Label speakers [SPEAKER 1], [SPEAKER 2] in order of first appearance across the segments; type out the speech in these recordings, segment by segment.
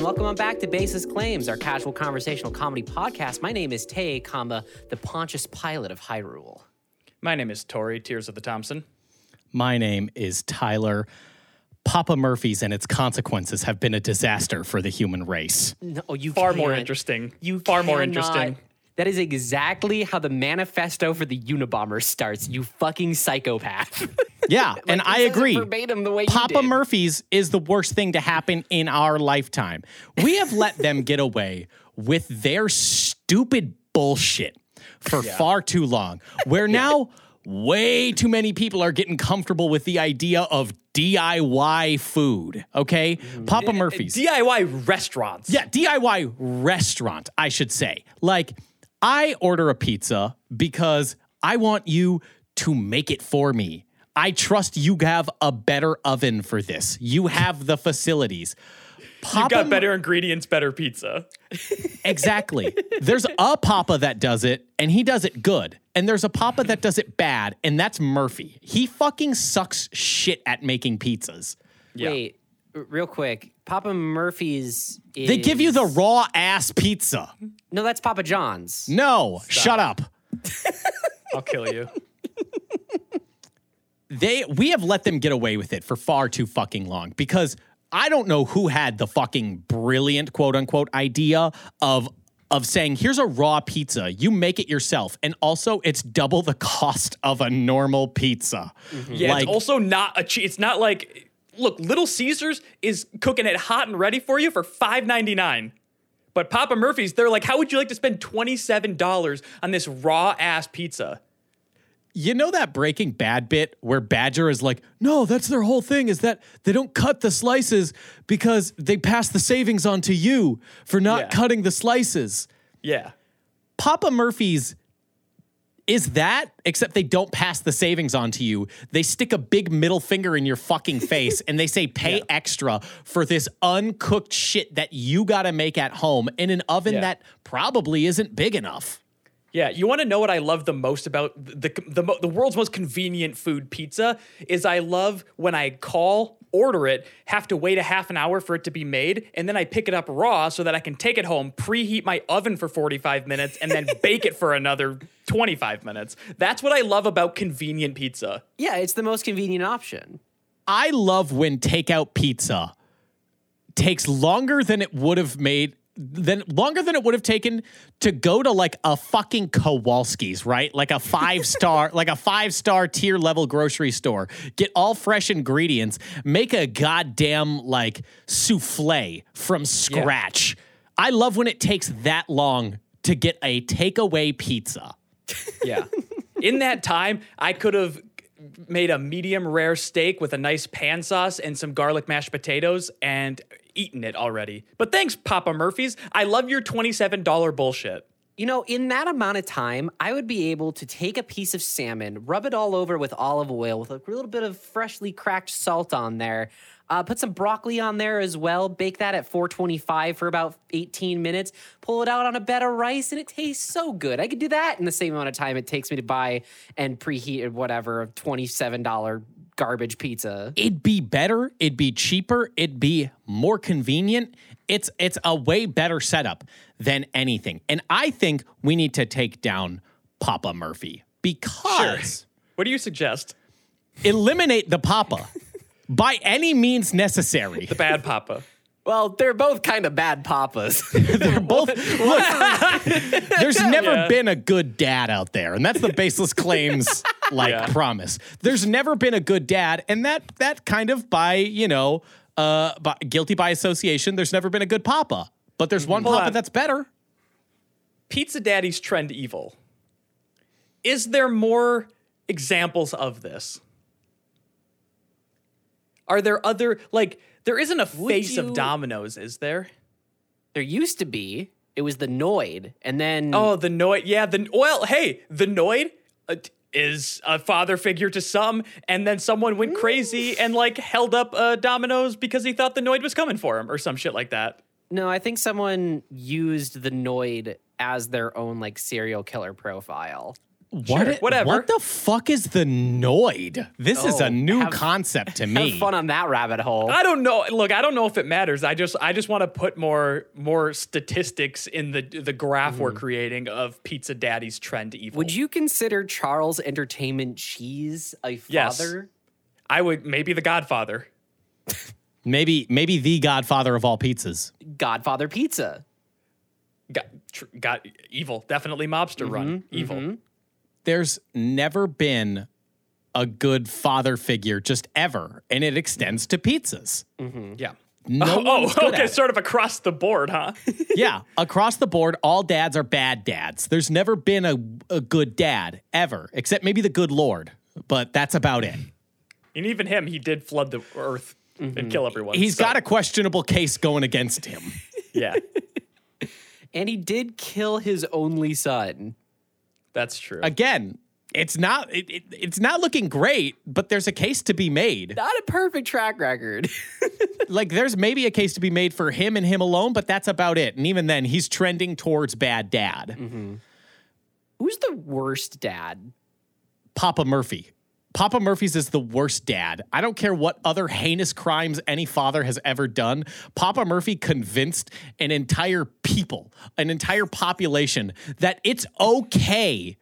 [SPEAKER 1] welcome on back to Basis Claims, our casual conversational comedy podcast. My name is Tay, comma, the Pontius Pilate of Hyrule.
[SPEAKER 2] My name is Tori Tears of the Thompson.
[SPEAKER 3] My name is Tyler. Papa Murphy's and its consequences have been a disaster for the human race.
[SPEAKER 1] No, oh, you
[SPEAKER 2] Far more
[SPEAKER 1] can't.
[SPEAKER 2] interesting.
[SPEAKER 1] You
[SPEAKER 2] far more
[SPEAKER 1] cannot-
[SPEAKER 2] interesting.
[SPEAKER 1] That is exactly how the manifesto for the Unabomber starts. You fucking psychopath.
[SPEAKER 3] Yeah, and
[SPEAKER 1] Like,
[SPEAKER 3] I
[SPEAKER 1] it says it
[SPEAKER 3] agree.
[SPEAKER 1] verbatim the way you
[SPEAKER 3] Papa
[SPEAKER 1] did.
[SPEAKER 3] Murphy's is the worst thing to happen in our lifetime. We have let them get away with their stupid bullshit for far too long. Where now way too many people are getting comfortable with the idea of DIY food, okay?
[SPEAKER 1] Mm.
[SPEAKER 3] Papa Murphy's.
[SPEAKER 2] DIY restaurants.
[SPEAKER 3] Yeah, DIY restaurant, I should say. Like, I order a pizza because I want you to make it for me. I trust you have a better oven for this. You have the facilities. Papa,
[SPEAKER 2] Got better ingredients, better pizza.
[SPEAKER 3] Exactly. There's a Papa that does it, and he does it good. And there's a Papa that does it bad, and that's Murphy. He fucking sucks shit at making pizzas.
[SPEAKER 1] Wait, r- real quick. Papa Murphy's. Is,
[SPEAKER 3] They give you the raw ass pizza.
[SPEAKER 1] No, that's Papa John's.
[SPEAKER 3] No, shut up.
[SPEAKER 2] I'll kill you.
[SPEAKER 3] they we have let them get away with it for far too fucking long because I don't know who had the fucking brilliant quote unquote idea of of saying here's a raw pizza you make it yourself and also it's double the cost of a normal pizza
[SPEAKER 2] Mm-hmm. Yeah,
[SPEAKER 3] Like-
[SPEAKER 2] it's also not a cheat. It's not like look, Little Caesars is cooking it hot and ready for you for five ninety nine. But Papa Murphy's, they're like, how would you like to spend twenty seven dollars on this raw ass pizza?
[SPEAKER 3] you know that breaking bad bit where badger is like no that's their whole thing is that they don't cut the slices because they pass the savings on to you for not
[SPEAKER 2] Yeah.
[SPEAKER 3] cutting the slices
[SPEAKER 2] Yeah.
[SPEAKER 3] Papa Murphy's is that, except they don't pass the savings on to you. They stick a big middle finger in your fucking face and they say, pay extra for this uncooked shit that you gotta make at home in an oven
[SPEAKER 2] Yeah.
[SPEAKER 3] that probably isn't big enough.
[SPEAKER 2] Yeah, you want to know what I love the most about the the, mo- the world's most convenient food pizza is I love when I call, order it, have to wait a half an hour for it to be made, and then I pick it up raw so that I can take it home, preheat my oven for 45 minutes and then bake it for another 25 minutes. That's what I love about convenient pizza.
[SPEAKER 1] Yeah, it's the most convenient option.
[SPEAKER 3] I love when takeout pizza takes longer than it would have made than longer than it would have taken to go to like a fucking Kowalski's, right? Like a five star, like a five star tier level grocery store. Get all fresh ingredients, make a goddamn like souffle from scratch. I love when it takes that long to get a takeaway pizza.
[SPEAKER 2] Yeah. In that time, I could have made a medium rare steak with a nice pan sauce and some garlic mashed potatoes and eaten it already. But thanks, Papa Murphy's. I love your $27 bullshit.
[SPEAKER 1] You know, in that amount of time, I would be able to take a piece of salmon, rub it all over with olive oil with a little bit of freshly cracked salt on there, uh, put some broccoli on there as well, bake that at 425 for about 18 minutes, pull it out on a bed of rice, and it tastes so good. I could do that in the same amount of time it takes me to buy and preheat or whatever of $27 garbage pizza.
[SPEAKER 3] it'd be better, it'd be cheaper, it'd be more convenient. It's it's a way better setup than anything. And I think we need to take down Papa Murphy because
[SPEAKER 2] What do you suggest?
[SPEAKER 3] eliminate the Papa by any means necessary.
[SPEAKER 2] The bad Papa.
[SPEAKER 1] Well, they're both kind of bad papas.
[SPEAKER 3] They're both look, there's never
[SPEAKER 2] Yeah.
[SPEAKER 3] been a good dad out there, and that's the baseless claims like
[SPEAKER 2] Yeah.
[SPEAKER 3] promise. There's never been a good dad, and that that kind of by you know uh by, guilty by association. There's never been a good papa, but there's one papa
[SPEAKER 2] on.
[SPEAKER 3] that's better.
[SPEAKER 2] Pizza Daddy's trend evil. Is there more examples of this? Are there other like there isn't a face
[SPEAKER 1] you-
[SPEAKER 2] of Domino's, is there?
[SPEAKER 1] there used to be, it was the Noid, and then.
[SPEAKER 2] Oh, the Noid. Yeah, the well, hey, the Noid uh, t- is a father figure to some, and then someone went crazy and like held up uh, dominoes because he thought the Noid was coming for him or some shit like that.
[SPEAKER 1] No, I think someone used the Noid as their own like serial killer profile.
[SPEAKER 3] What
[SPEAKER 2] Sure,
[SPEAKER 3] i-
[SPEAKER 2] whatever.
[SPEAKER 3] What the fuck is the Noid? This is
[SPEAKER 1] Oh,
[SPEAKER 3] a new
[SPEAKER 1] have-
[SPEAKER 3] concept to
[SPEAKER 1] Have
[SPEAKER 3] me.
[SPEAKER 1] fun on that rabbit hole.
[SPEAKER 2] I don't know. Look, I don't know if it matters. I just I just want to put more more statistics in the the graph we're
[SPEAKER 3] Mm.
[SPEAKER 2] creating of Pizza Daddy's trend to evil.
[SPEAKER 1] Would you consider Charles Entertainment Cheese a
[SPEAKER 2] Yes.
[SPEAKER 1] father?
[SPEAKER 2] I would maybe the Godfather.
[SPEAKER 3] Maybe maybe the Godfather of all pizzas.
[SPEAKER 1] Godfather Pizza.
[SPEAKER 2] Got, tr- got evil. Definitely mobster run.
[SPEAKER 3] Mm-hmm,
[SPEAKER 2] Evil.
[SPEAKER 3] There's never been a good father figure just ever, and it extends to pizzas.
[SPEAKER 2] Yeah.
[SPEAKER 3] No
[SPEAKER 2] oh,
[SPEAKER 3] one's good
[SPEAKER 2] okay.
[SPEAKER 3] at it.
[SPEAKER 2] Sort of across the board, huh?
[SPEAKER 3] yeah, across the board, all dads are bad dads. There's never been a, a good dad ever, except maybe the good Lord, but that's about it.
[SPEAKER 2] and even him, he did flood the earth and kill everyone.
[SPEAKER 3] He's
[SPEAKER 2] He's
[SPEAKER 3] got a questionable case going against him.
[SPEAKER 2] yeah.
[SPEAKER 1] And he did kill his only son.
[SPEAKER 2] That's true.
[SPEAKER 3] Again, it's not it, it, it's not looking great, but there's a case to be made.
[SPEAKER 1] Not a perfect track record.
[SPEAKER 3] Like there's maybe a case to be made for him and him alone, but that's about it. And even then, he's trending towards bad dad.
[SPEAKER 1] Who's the worst dad?
[SPEAKER 3] Papa Murphy. Papa Murphy's is the worst dad. I don't care what other heinous crimes any father has ever done. Papa Murphy convinced an entire people, an entire population, that it's okay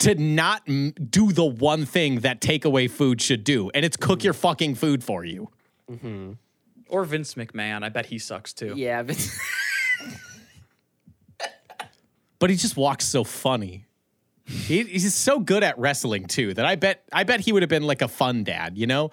[SPEAKER 3] to not m- do the one thing that takeaway food should do, and it's cook your fucking food for you.
[SPEAKER 2] or Vince McMahon. I bet he sucks too.
[SPEAKER 1] Yeah, but
[SPEAKER 3] But he just walks so funny. He, he's so good at wrestling too that I bet I bet he would have been like a fun dad, you know?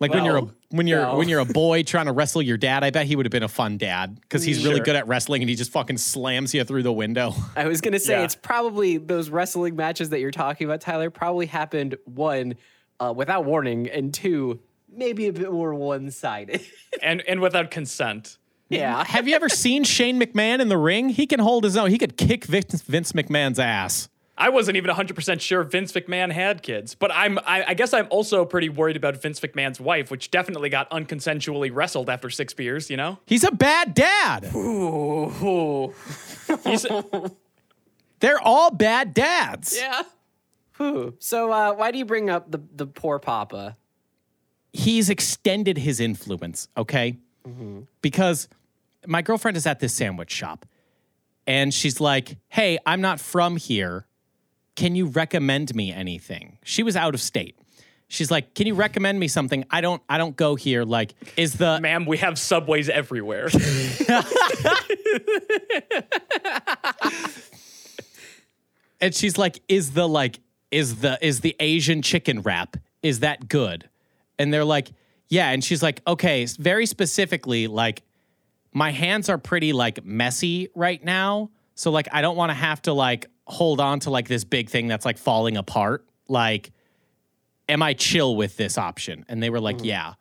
[SPEAKER 3] Like when you're a
[SPEAKER 1] Well,
[SPEAKER 3] when you're
[SPEAKER 1] no.
[SPEAKER 3] when you're a boy trying to wrestle your dad, I bet he would have been a fun dad because he's really
[SPEAKER 2] Sure.
[SPEAKER 3] good at wrestling and he just fucking slams you through the window.
[SPEAKER 1] I was gonna say
[SPEAKER 2] Yeah.
[SPEAKER 1] it's probably those wrestling matches that you're talking about, Tyler, probably happened one uh, without warning, and two maybe a bit more one-sided.
[SPEAKER 2] And and without consent.
[SPEAKER 1] yeah,
[SPEAKER 3] Have you ever seen Shane McMahon in the ring? He can hold his own. He could kick Vince, Vince McMahon's ass.
[SPEAKER 2] I wasn't even 100% sure Vince McMahon had kids, but I'm I, I guess I'm also pretty worried about Vince McMahon's wife, which definitely got unconsensually wrestled after 6 beers, you know?
[SPEAKER 3] He's a bad dad.
[SPEAKER 1] Ooh.
[SPEAKER 2] He's
[SPEAKER 3] They're all bad dads.
[SPEAKER 1] yeah. Whew. So uh, why do you bring up the the poor Papa?
[SPEAKER 3] he's extended his influence, okay? Because my girlfriend is at this sandwich shop and she's like, hey, I'm not from here. Can you recommend me anything? She was out of state. She's like, "Can you recommend me something? I don't I don't go here like is the
[SPEAKER 2] ma'am, we have subways everywhere.
[SPEAKER 3] and she's like is the like is the is the asian chicken wrap is that good and they're like yeah and she's like okay s- very specifically like my hands are pretty like messy right now so like i don't want to have to like hold on to like this big thing that's like falling apart like am i chill with this option and they were like yeah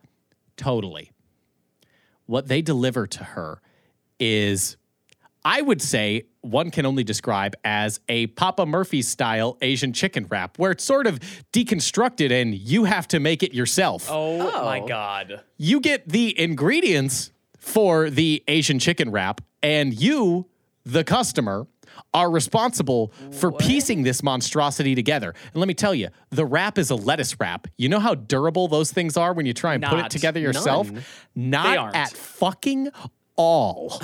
[SPEAKER 3] totally what they deliver to her is I would say one can only describe as a Papa Murphy style Asian chicken wrap, where it's sort of deconstructed and you have to make it yourself.
[SPEAKER 2] oh, my
[SPEAKER 1] Oh.
[SPEAKER 2] god.
[SPEAKER 3] You get the ingredients for the Asian chicken wrap, and you, the customer, are responsible for piecing this monstrosity together. And let me tell you, the wrap is a lettuce wrap. You know how durable those things are when you try and put it
[SPEAKER 2] Not.
[SPEAKER 3] together yourself?
[SPEAKER 1] None.
[SPEAKER 2] They
[SPEAKER 3] Not
[SPEAKER 2] aren't.
[SPEAKER 3] at fucking all.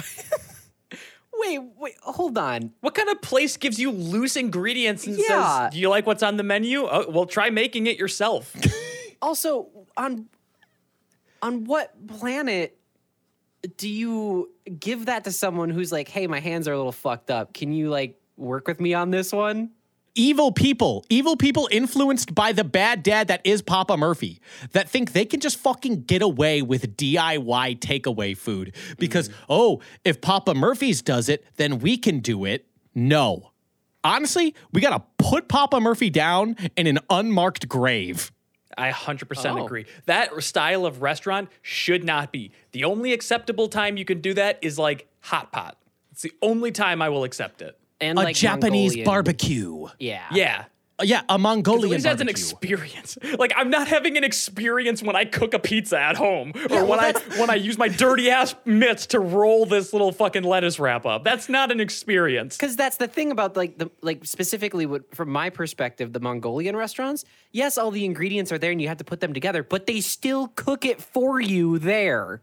[SPEAKER 1] Wait, wait, hold on.
[SPEAKER 2] What kind of place gives you loose ingredients and
[SPEAKER 1] Yeah.
[SPEAKER 2] says, "Do you like what's on the menu?" Oh, well, try making it yourself.
[SPEAKER 1] Also, on on what planet do you give that to someone who's like, "Hey, my hands are a little fucked up. Can you like work with me on this one?"
[SPEAKER 3] evil people, evil people influenced by the bad dad that is Papa Murphy, that think they can just fucking get away with DIY takeaway food because,
[SPEAKER 1] Mm.
[SPEAKER 3] oh, if Papa Murphy's does it, then we can do it. No. Honestly, we gotta put Papa Murphy down in an unmarked grave.
[SPEAKER 2] I 100%
[SPEAKER 1] Oh.
[SPEAKER 2] agree. That style of restaurant should not be. The only acceptable time you can do that is like hot pot. It's the only time I will accept it.
[SPEAKER 1] And
[SPEAKER 3] A
[SPEAKER 1] like
[SPEAKER 3] Japanese
[SPEAKER 1] Mongolian-
[SPEAKER 3] barbecue.
[SPEAKER 1] Yeah.
[SPEAKER 2] Yeah.
[SPEAKER 3] yeah, a
[SPEAKER 2] At
[SPEAKER 3] Mongolian
[SPEAKER 2] least that's an
[SPEAKER 3] barbecue.
[SPEAKER 2] experience. Like I'm not having an experience when I cook a pizza at home, or
[SPEAKER 1] well,
[SPEAKER 2] when I
[SPEAKER 1] that's-
[SPEAKER 2] when I use my dirty ass mitts to roll this little fucking lettuce wrap up. That's not an experience.
[SPEAKER 1] because that's the thing about like the like specifically what, from my perspective the mongolian restaurants yes all the ingredients are there and you have to put them together but they still cook it for you there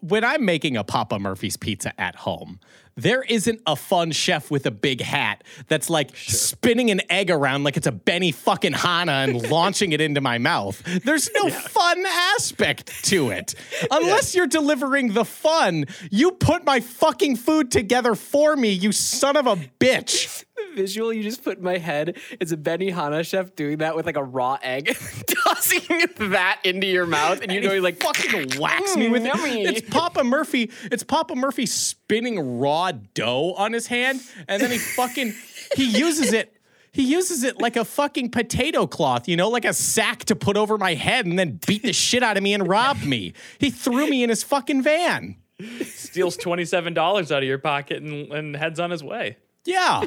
[SPEAKER 3] when I'm making a Papa Murphy's pizza at home, there isn't a fun chef with a big hat that's like spinning an egg around like it's a Benny fucking Hana and launching it into my mouth. There's no fun aspect to it. Unless you're delivering the fun, you put my fucking food together for me, you son of a bitch.
[SPEAKER 1] the visual you just put in my head is a benny hana chef doing that with like a raw egg tossing that into your mouth and you're going like
[SPEAKER 3] fucking whacks me with it.
[SPEAKER 1] yummy.
[SPEAKER 3] It's Papa Murphy. It's Papa Murphy spinning raw dough on his hand, and then he fucking he uses it. He uses it like a fucking potato cloth, you know, like a sack to put over my head and then beat the shit out of me and rob me. He threw me in his fucking van.
[SPEAKER 2] Steals twenty seven dollars out of your pocket and, and heads on his way.
[SPEAKER 3] Yeah.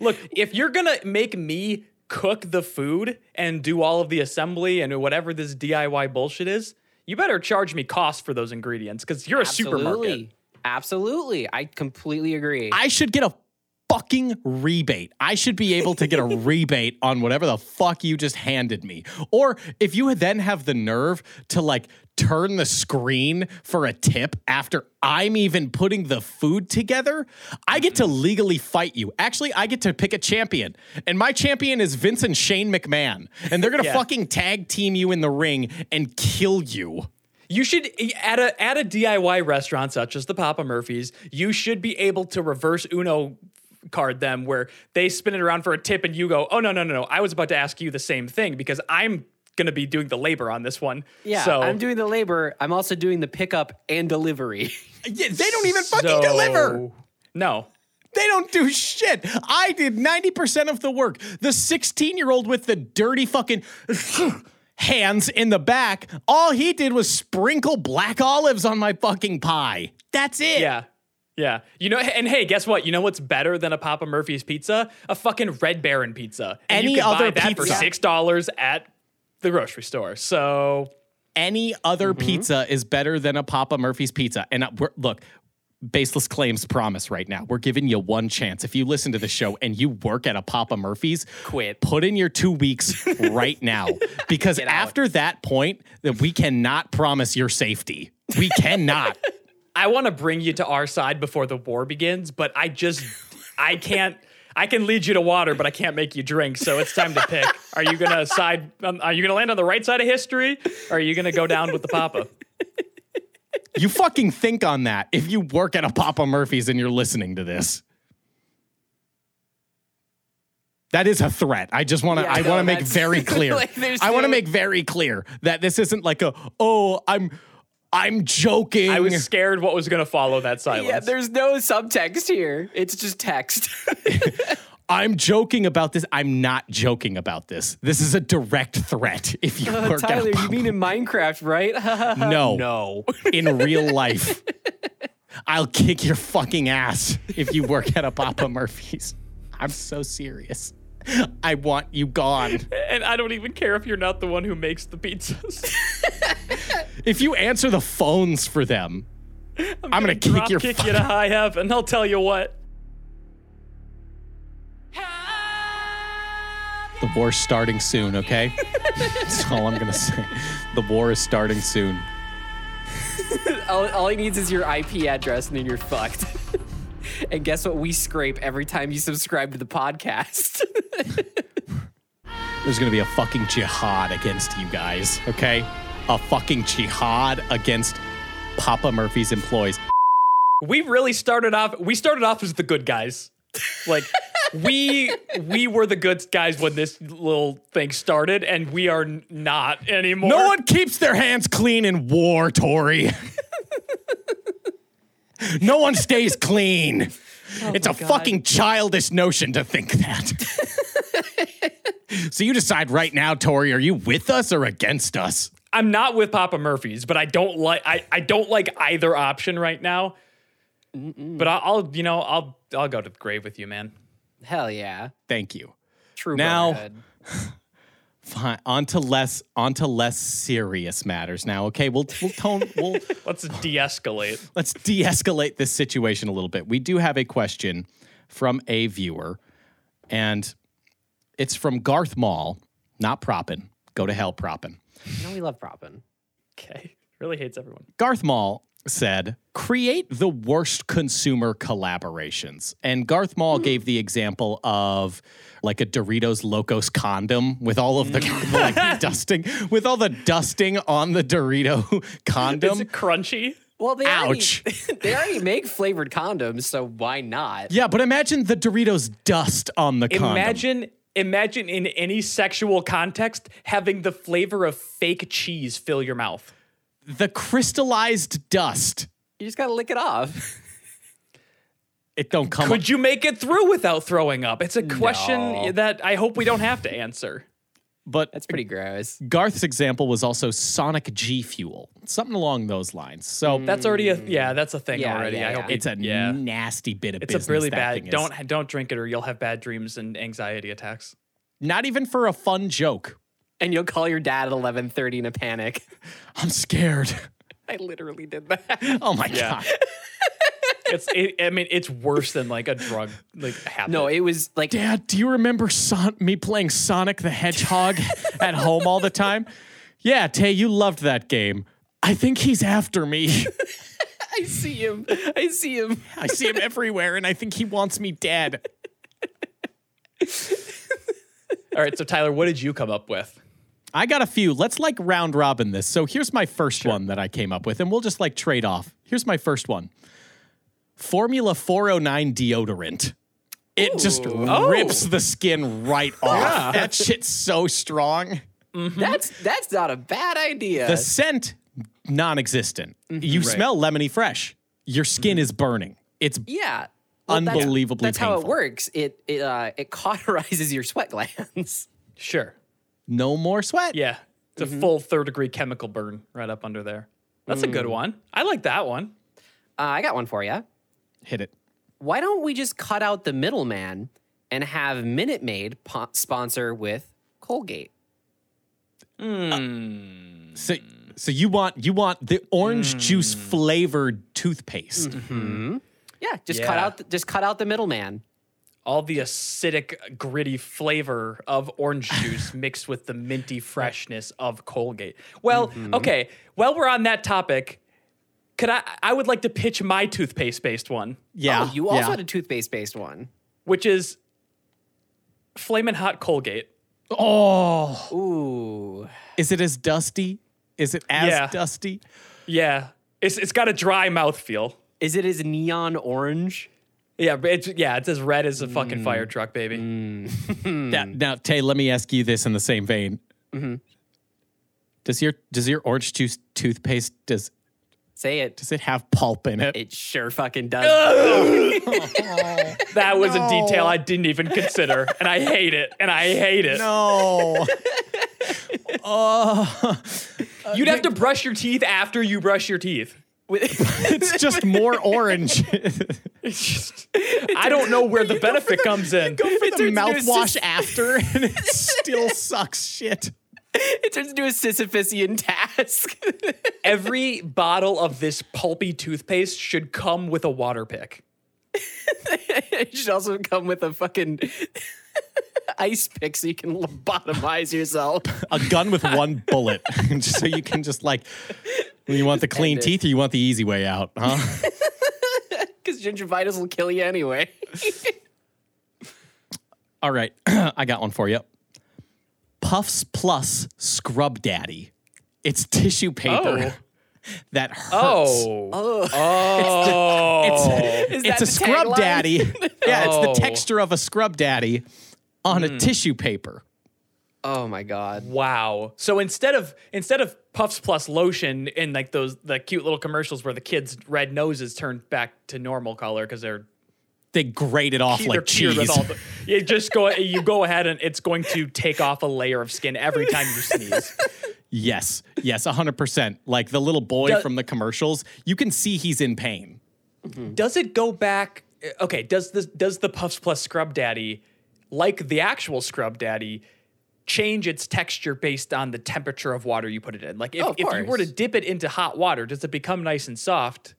[SPEAKER 2] Look, if you're gonna make me cook the food and do all of the assembly and whatever this DIY bullshit is, you better charge me cost for those ingredients because you're a supermarket.
[SPEAKER 1] absolutely absolutely i completely agree
[SPEAKER 3] I should get a fucking rebate. I should be able to get a rebate on whatever the fuck you just handed me. Or if you then have the nerve to like turn the screen for a tip after I'm even putting the food together, I get to legally fight you. Actually, I get to pick a champion. And my champion is Vince and Shane McMahon. And they're going to
[SPEAKER 2] Yeah.
[SPEAKER 3] fucking tag team you in the ring and kill you.
[SPEAKER 2] You should at a at a DIY restaurant such as the Papa Murphy's, you should be able to reverse Uno card them where they spin it around for a tip and you go, "Oh no, no, no, no. I was about to ask you the same thing because I'm going to be doing the labor on this one."
[SPEAKER 1] yeah
[SPEAKER 2] So
[SPEAKER 1] i'm doing the labor i'm also doing the pickup and delivery
[SPEAKER 3] Yeah, They don't even fucking
[SPEAKER 2] so-
[SPEAKER 3] deliver.
[SPEAKER 2] No.
[SPEAKER 3] They don't do shit. I did 90% of the work. The 16 year old with the dirty fucking hands in the back, all he did was sprinkle black olives on my fucking pie. That's it.
[SPEAKER 2] Yeah. Yeah. You know, and hey, guess what? You know what's better than a Papa Murphy's pizza? A fucking Red Baron pizza. And
[SPEAKER 3] Any
[SPEAKER 2] you can
[SPEAKER 3] other
[SPEAKER 2] buy that for
[SPEAKER 3] pizza.
[SPEAKER 2] six dollars at the grocery store. So
[SPEAKER 3] Any other pizza is better than a Papa Murphy's pizza. And uh, we're, look, baseless claims promise right now. We're giving you one chance. If you listen to the show and you work at a Papa Murphy's,
[SPEAKER 1] Quit.
[SPEAKER 3] Put in your two weeks right now because after that point, that we cannot promise your safety. We cannot.
[SPEAKER 2] I want to bring you to our side before the war begins, but I just, I can't. I can lead you to water, but I can't make you drink. So it's time to pick. Are you gonna side? Um, are you gonna land on the right side of history? Or are you gonna go down with the Papa?
[SPEAKER 3] you fucking think on that if you work at a Papa Murphy's and you're listening to this. That is a threat. I just want to.
[SPEAKER 1] Yeah,
[SPEAKER 3] I
[SPEAKER 1] no,
[SPEAKER 3] want to make
[SPEAKER 1] that's-
[SPEAKER 3] very clear.
[SPEAKER 1] like, there's
[SPEAKER 3] I want to
[SPEAKER 1] no-
[SPEAKER 3] make very clear that this isn't like a. Oh, I'm. I'm joking.
[SPEAKER 2] I was scared what was gonna follow that silence.
[SPEAKER 1] yeah there's no subtext here it's just text
[SPEAKER 3] I'm joking about this. I'm not joking about this. This is a direct threat. If you
[SPEAKER 1] Uh,
[SPEAKER 3] work
[SPEAKER 1] Tyler,
[SPEAKER 3] at a
[SPEAKER 1] you mean in Minecraft, right?
[SPEAKER 3] Papa, no,
[SPEAKER 2] no.
[SPEAKER 3] in real life, I'll kick your fucking ass if you work at a Papa Murphy's. I'm so serious. I want you gone.
[SPEAKER 2] And I don't even care if you're not the one who makes the pizzas.
[SPEAKER 3] If you answer the phones for them, I'm, gonna, kick
[SPEAKER 2] Drop
[SPEAKER 3] your
[SPEAKER 2] kick
[SPEAKER 3] fucking
[SPEAKER 2] you to high heaven. I'll tell you what.
[SPEAKER 3] The war's starting soon, okay? That's all I'm gonna say. The war is starting soon.
[SPEAKER 1] all, all he needs is your IP address, and then you're fucked. and guess what? We scrape every time you subscribe to the podcast.
[SPEAKER 3] There's gonna be a fucking jihad against you guys, okay? A fucking jihad against Papa Murphy's employees.
[SPEAKER 2] we really started off we started off as the good guys like we we were the good guys when this little thing started and we are n- not anymore
[SPEAKER 3] No one keeps their hands clean in war, Tori. no one stays clean. it's a
[SPEAKER 1] God.
[SPEAKER 3] fucking childish notion to think that. so you decide right now, Tori, are you with us or against us?
[SPEAKER 2] i'm not with papa murphy's but i don't like I, I don't like either option right now but I'll, I'll you know i'll i'll go to the grave with you man
[SPEAKER 1] Hell yeah,
[SPEAKER 3] Thank you.
[SPEAKER 1] true.
[SPEAKER 3] Now-
[SPEAKER 1] brotherhood.
[SPEAKER 3] Fine. On to less on to less serious matters now. Okay, we'll we'll tone we'll
[SPEAKER 2] Let's de-escalate.
[SPEAKER 3] let's de-escalate this situation a little bit. We do have a question from a viewer, and it's from Garth Mall, not Proppin. Go to hell, Proppin.
[SPEAKER 1] You know we love Proppin.
[SPEAKER 2] Okay. Really hates everyone.
[SPEAKER 3] Garth Mall said, create the worst consumer collaborations. And Garth Mall gave the example of like a Doritos Locos condom with all of the like, dusting, with all the dusting on the Dorito
[SPEAKER 2] Is
[SPEAKER 3] condom.
[SPEAKER 2] it crunchy?
[SPEAKER 1] Well, they
[SPEAKER 3] Ouch.
[SPEAKER 1] already they already make flavored condoms, so why not?
[SPEAKER 3] yeah, but imagine the Doritos dust on the condom.
[SPEAKER 2] Imagine imagine in any sexual context having the flavor of fake cheese fill your mouth.
[SPEAKER 3] the crystallized dust.
[SPEAKER 1] You just gotta lick it off.
[SPEAKER 3] It don't come
[SPEAKER 2] Could you make it through without throwing up? It's a question
[SPEAKER 1] No.
[SPEAKER 2] that I hope we don't have to answer.
[SPEAKER 3] but
[SPEAKER 1] That's pretty gross.
[SPEAKER 3] Garth's example was also sonic G fuel, something along those lines. So
[SPEAKER 2] That's already a yeah, that's a thing
[SPEAKER 1] Yeah,
[SPEAKER 2] already.
[SPEAKER 1] yeah,
[SPEAKER 2] I
[SPEAKER 1] yeah.
[SPEAKER 2] hope we-
[SPEAKER 3] it's a
[SPEAKER 2] Mm. yeah.
[SPEAKER 3] nasty bit of
[SPEAKER 2] It's
[SPEAKER 3] business.
[SPEAKER 2] a really
[SPEAKER 3] that
[SPEAKER 2] bad.
[SPEAKER 3] thing is.
[SPEAKER 2] Don't don't drink it or you'll have bad dreams and anxiety attacks.
[SPEAKER 3] not even for a fun joke.
[SPEAKER 1] And you'll call your dad at eleven thirty in a panic.
[SPEAKER 3] I'm scared.
[SPEAKER 1] I literally did that.
[SPEAKER 3] Oh my
[SPEAKER 2] Yeah.
[SPEAKER 3] god.
[SPEAKER 2] It's it, I mean it's worse than like a drug like habit.
[SPEAKER 1] No, it was like
[SPEAKER 3] Dad, do you remember Son- me playing Sonic the Hedgehog at home all the time? Yeah, Tay, you loved that game. I think he's after me.
[SPEAKER 1] I see him. I see him.
[SPEAKER 3] I see him everywhere and I think he wants me dead.
[SPEAKER 2] All right, so Tyler, what did you come up with?
[SPEAKER 3] I got a few. Let's like round robin this. So here's my first one that I came up with, and we'll just like trade off. Here's my first one Formula 409 deodorant. It just rips the skin right off. That shit's so strong.
[SPEAKER 1] That's that's not a bad idea.
[SPEAKER 3] The scent, non existent.
[SPEAKER 1] Mm-hmm.
[SPEAKER 3] You smell lemony fresh. Your skin is burning. It's
[SPEAKER 1] yeah. that's-
[SPEAKER 3] unbelievably
[SPEAKER 1] That's, how it
[SPEAKER 3] painful.
[SPEAKER 1] works. It it uh, it cauterizes your sweat glands.
[SPEAKER 2] Sure. Mm-hmm.
[SPEAKER 3] no more sweat.
[SPEAKER 2] Yeah. It's a full third degree chemical burn right up under there. That's a good one. I like that one.
[SPEAKER 1] Uh, I got one for you.
[SPEAKER 3] Hit it.
[SPEAKER 1] Why don't we just cut out the middleman and have Minute Maid po- sponsor with Colgate?
[SPEAKER 3] So, so you want you want the orange juice
[SPEAKER 1] Mm.
[SPEAKER 3] flavored toothpaste.
[SPEAKER 1] Mm-hmm. Yeah, just cut
[SPEAKER 2] Yeah.
[SPEAKER 1] out the, just cut out the middleman.
[SPEAKER 2] All the acidic, gritty flavor of orange juice mixed with the minty freshness of Colgate. Well, okay. While we're on that topic, could I? I would like to pitch my toothpaste-based one,
[SPEAKER 3] Yeah.
[SPEAKER 1] Oh, you also
[SPEAKER 3] yeah.
[SPEAKER 1] had a toothpaste based one.
[SPEAKER 2] which is Flamin' Hot Colgate.
[SPEAKER 3] Oh.
[SPEAKER 1] Ooh.
[SPEAKER 3] Is it as dusty? Is it as
[SPEAKER 2] Yeah.
[SPEAKER 3] dusty?
[SPEAKER 2] Yeah, it's it's got a dry mouth feel.
[SPEAKER 1] Is it as neon orange?
[SPEAKER 2] Yeah, but it's yeah, it's as red as a fucking fire truck, baby.
[SPEAKER 3] Now, now, Tay, let me ask you this in the same vein. Does your does your orange juice toothpaste does
[SPEAKER 1] Say it.
[SPEAKER 3] does it have pulp in it?
[SPEAKER 1] It sure fucking does.
[SPEAKER 2] That was a detail I didn't even consider, and I hate it, and I hate it.
[SPEAKER 3] No. Oh,
[SPEAKER 2] You'd have to brush your teeth after you brush your teeth.
[SPEAKER 3] it's just more orange.
[SPEAKER 2] It's just, I don't know where the benefit comes in.
[SPEAKER 3] it's a
[SPEAKER 1] turns into a
[SPEAKER 3] mouthwash
[SPEAKER 1] sis-
[SPEAKER 3] after and it still sucks shit.
[SPEAKER 1] it turns into a Sisyphusian task.
[SPEAKER 2] Every bottle of this pulpy toothpaste should come with a water pick.
[SPEAKER 1] it should also come with a fucking ice pick so you can lobotomize yourself.
[SPEAKER 3] A gun with one bullet. so you can just like you want the clean
[SPEAKER 1] it.
[SPEAKER 3] teeth or you want the easy way out, huh?
[SPEAKER 1] Because gingivitis will kill you anyway.
[SPEAKER 3] All right, I got one for you. Puffs Plus Scrub Daddy. It's tissue paper that hurts.
[SPEAKER 2] Oh. Oh. Oh.
[SPEAKER 1] Is
[SPEAKER 3] it's
[SPEAKER 1] that
[SPEAKER 3] a
[SPEAKER 1] the
[SPEAKER 3] scrub
[SPEAKER 1] tagline?
[SPEAKER 3] daddy. yeah, it's
[SPEAKER 2] Oh. Hmm.
[SPEAKER 3] the texture of a scrub daddy on a tissue paper.
[SPEAKER 1] Oh my god.
[SPEAKER 2] Wow. So instead of instead of Puffs Plus lotion and like those the cute little commercials where the kids' red noses turn back to normal color because they're
[SPEAKER 3] They grate it off
[SPEAKER 2] they're
[SPEAKER 3] like
[SPEAKER 2] cured
[SPEAKER 3] cheese.
[SPEAKER 2] with all the, you just go you go ahead and it's going to take off a layer of skin every time you sneeze.
[SPEAKER 3] yes, yes, 100%. Like the little boy
[SPEAKER 2] Does-
[SPEAKER 3] from the commercials, you can see he's in pain.
[SPEAKER 2] Does it go back? Okay. Does this does the Puffs Plus Scrub Daddy like the actual Scrub Daddy? change its texture based on the temperature of water you put it in. Like if,
[SPEAKER 1] Oh, of
[SPEAKER 2] if you were to
[SPEAKER 1] course.
[SPEAKER 2] dip it into hot water, does it become nice and soft?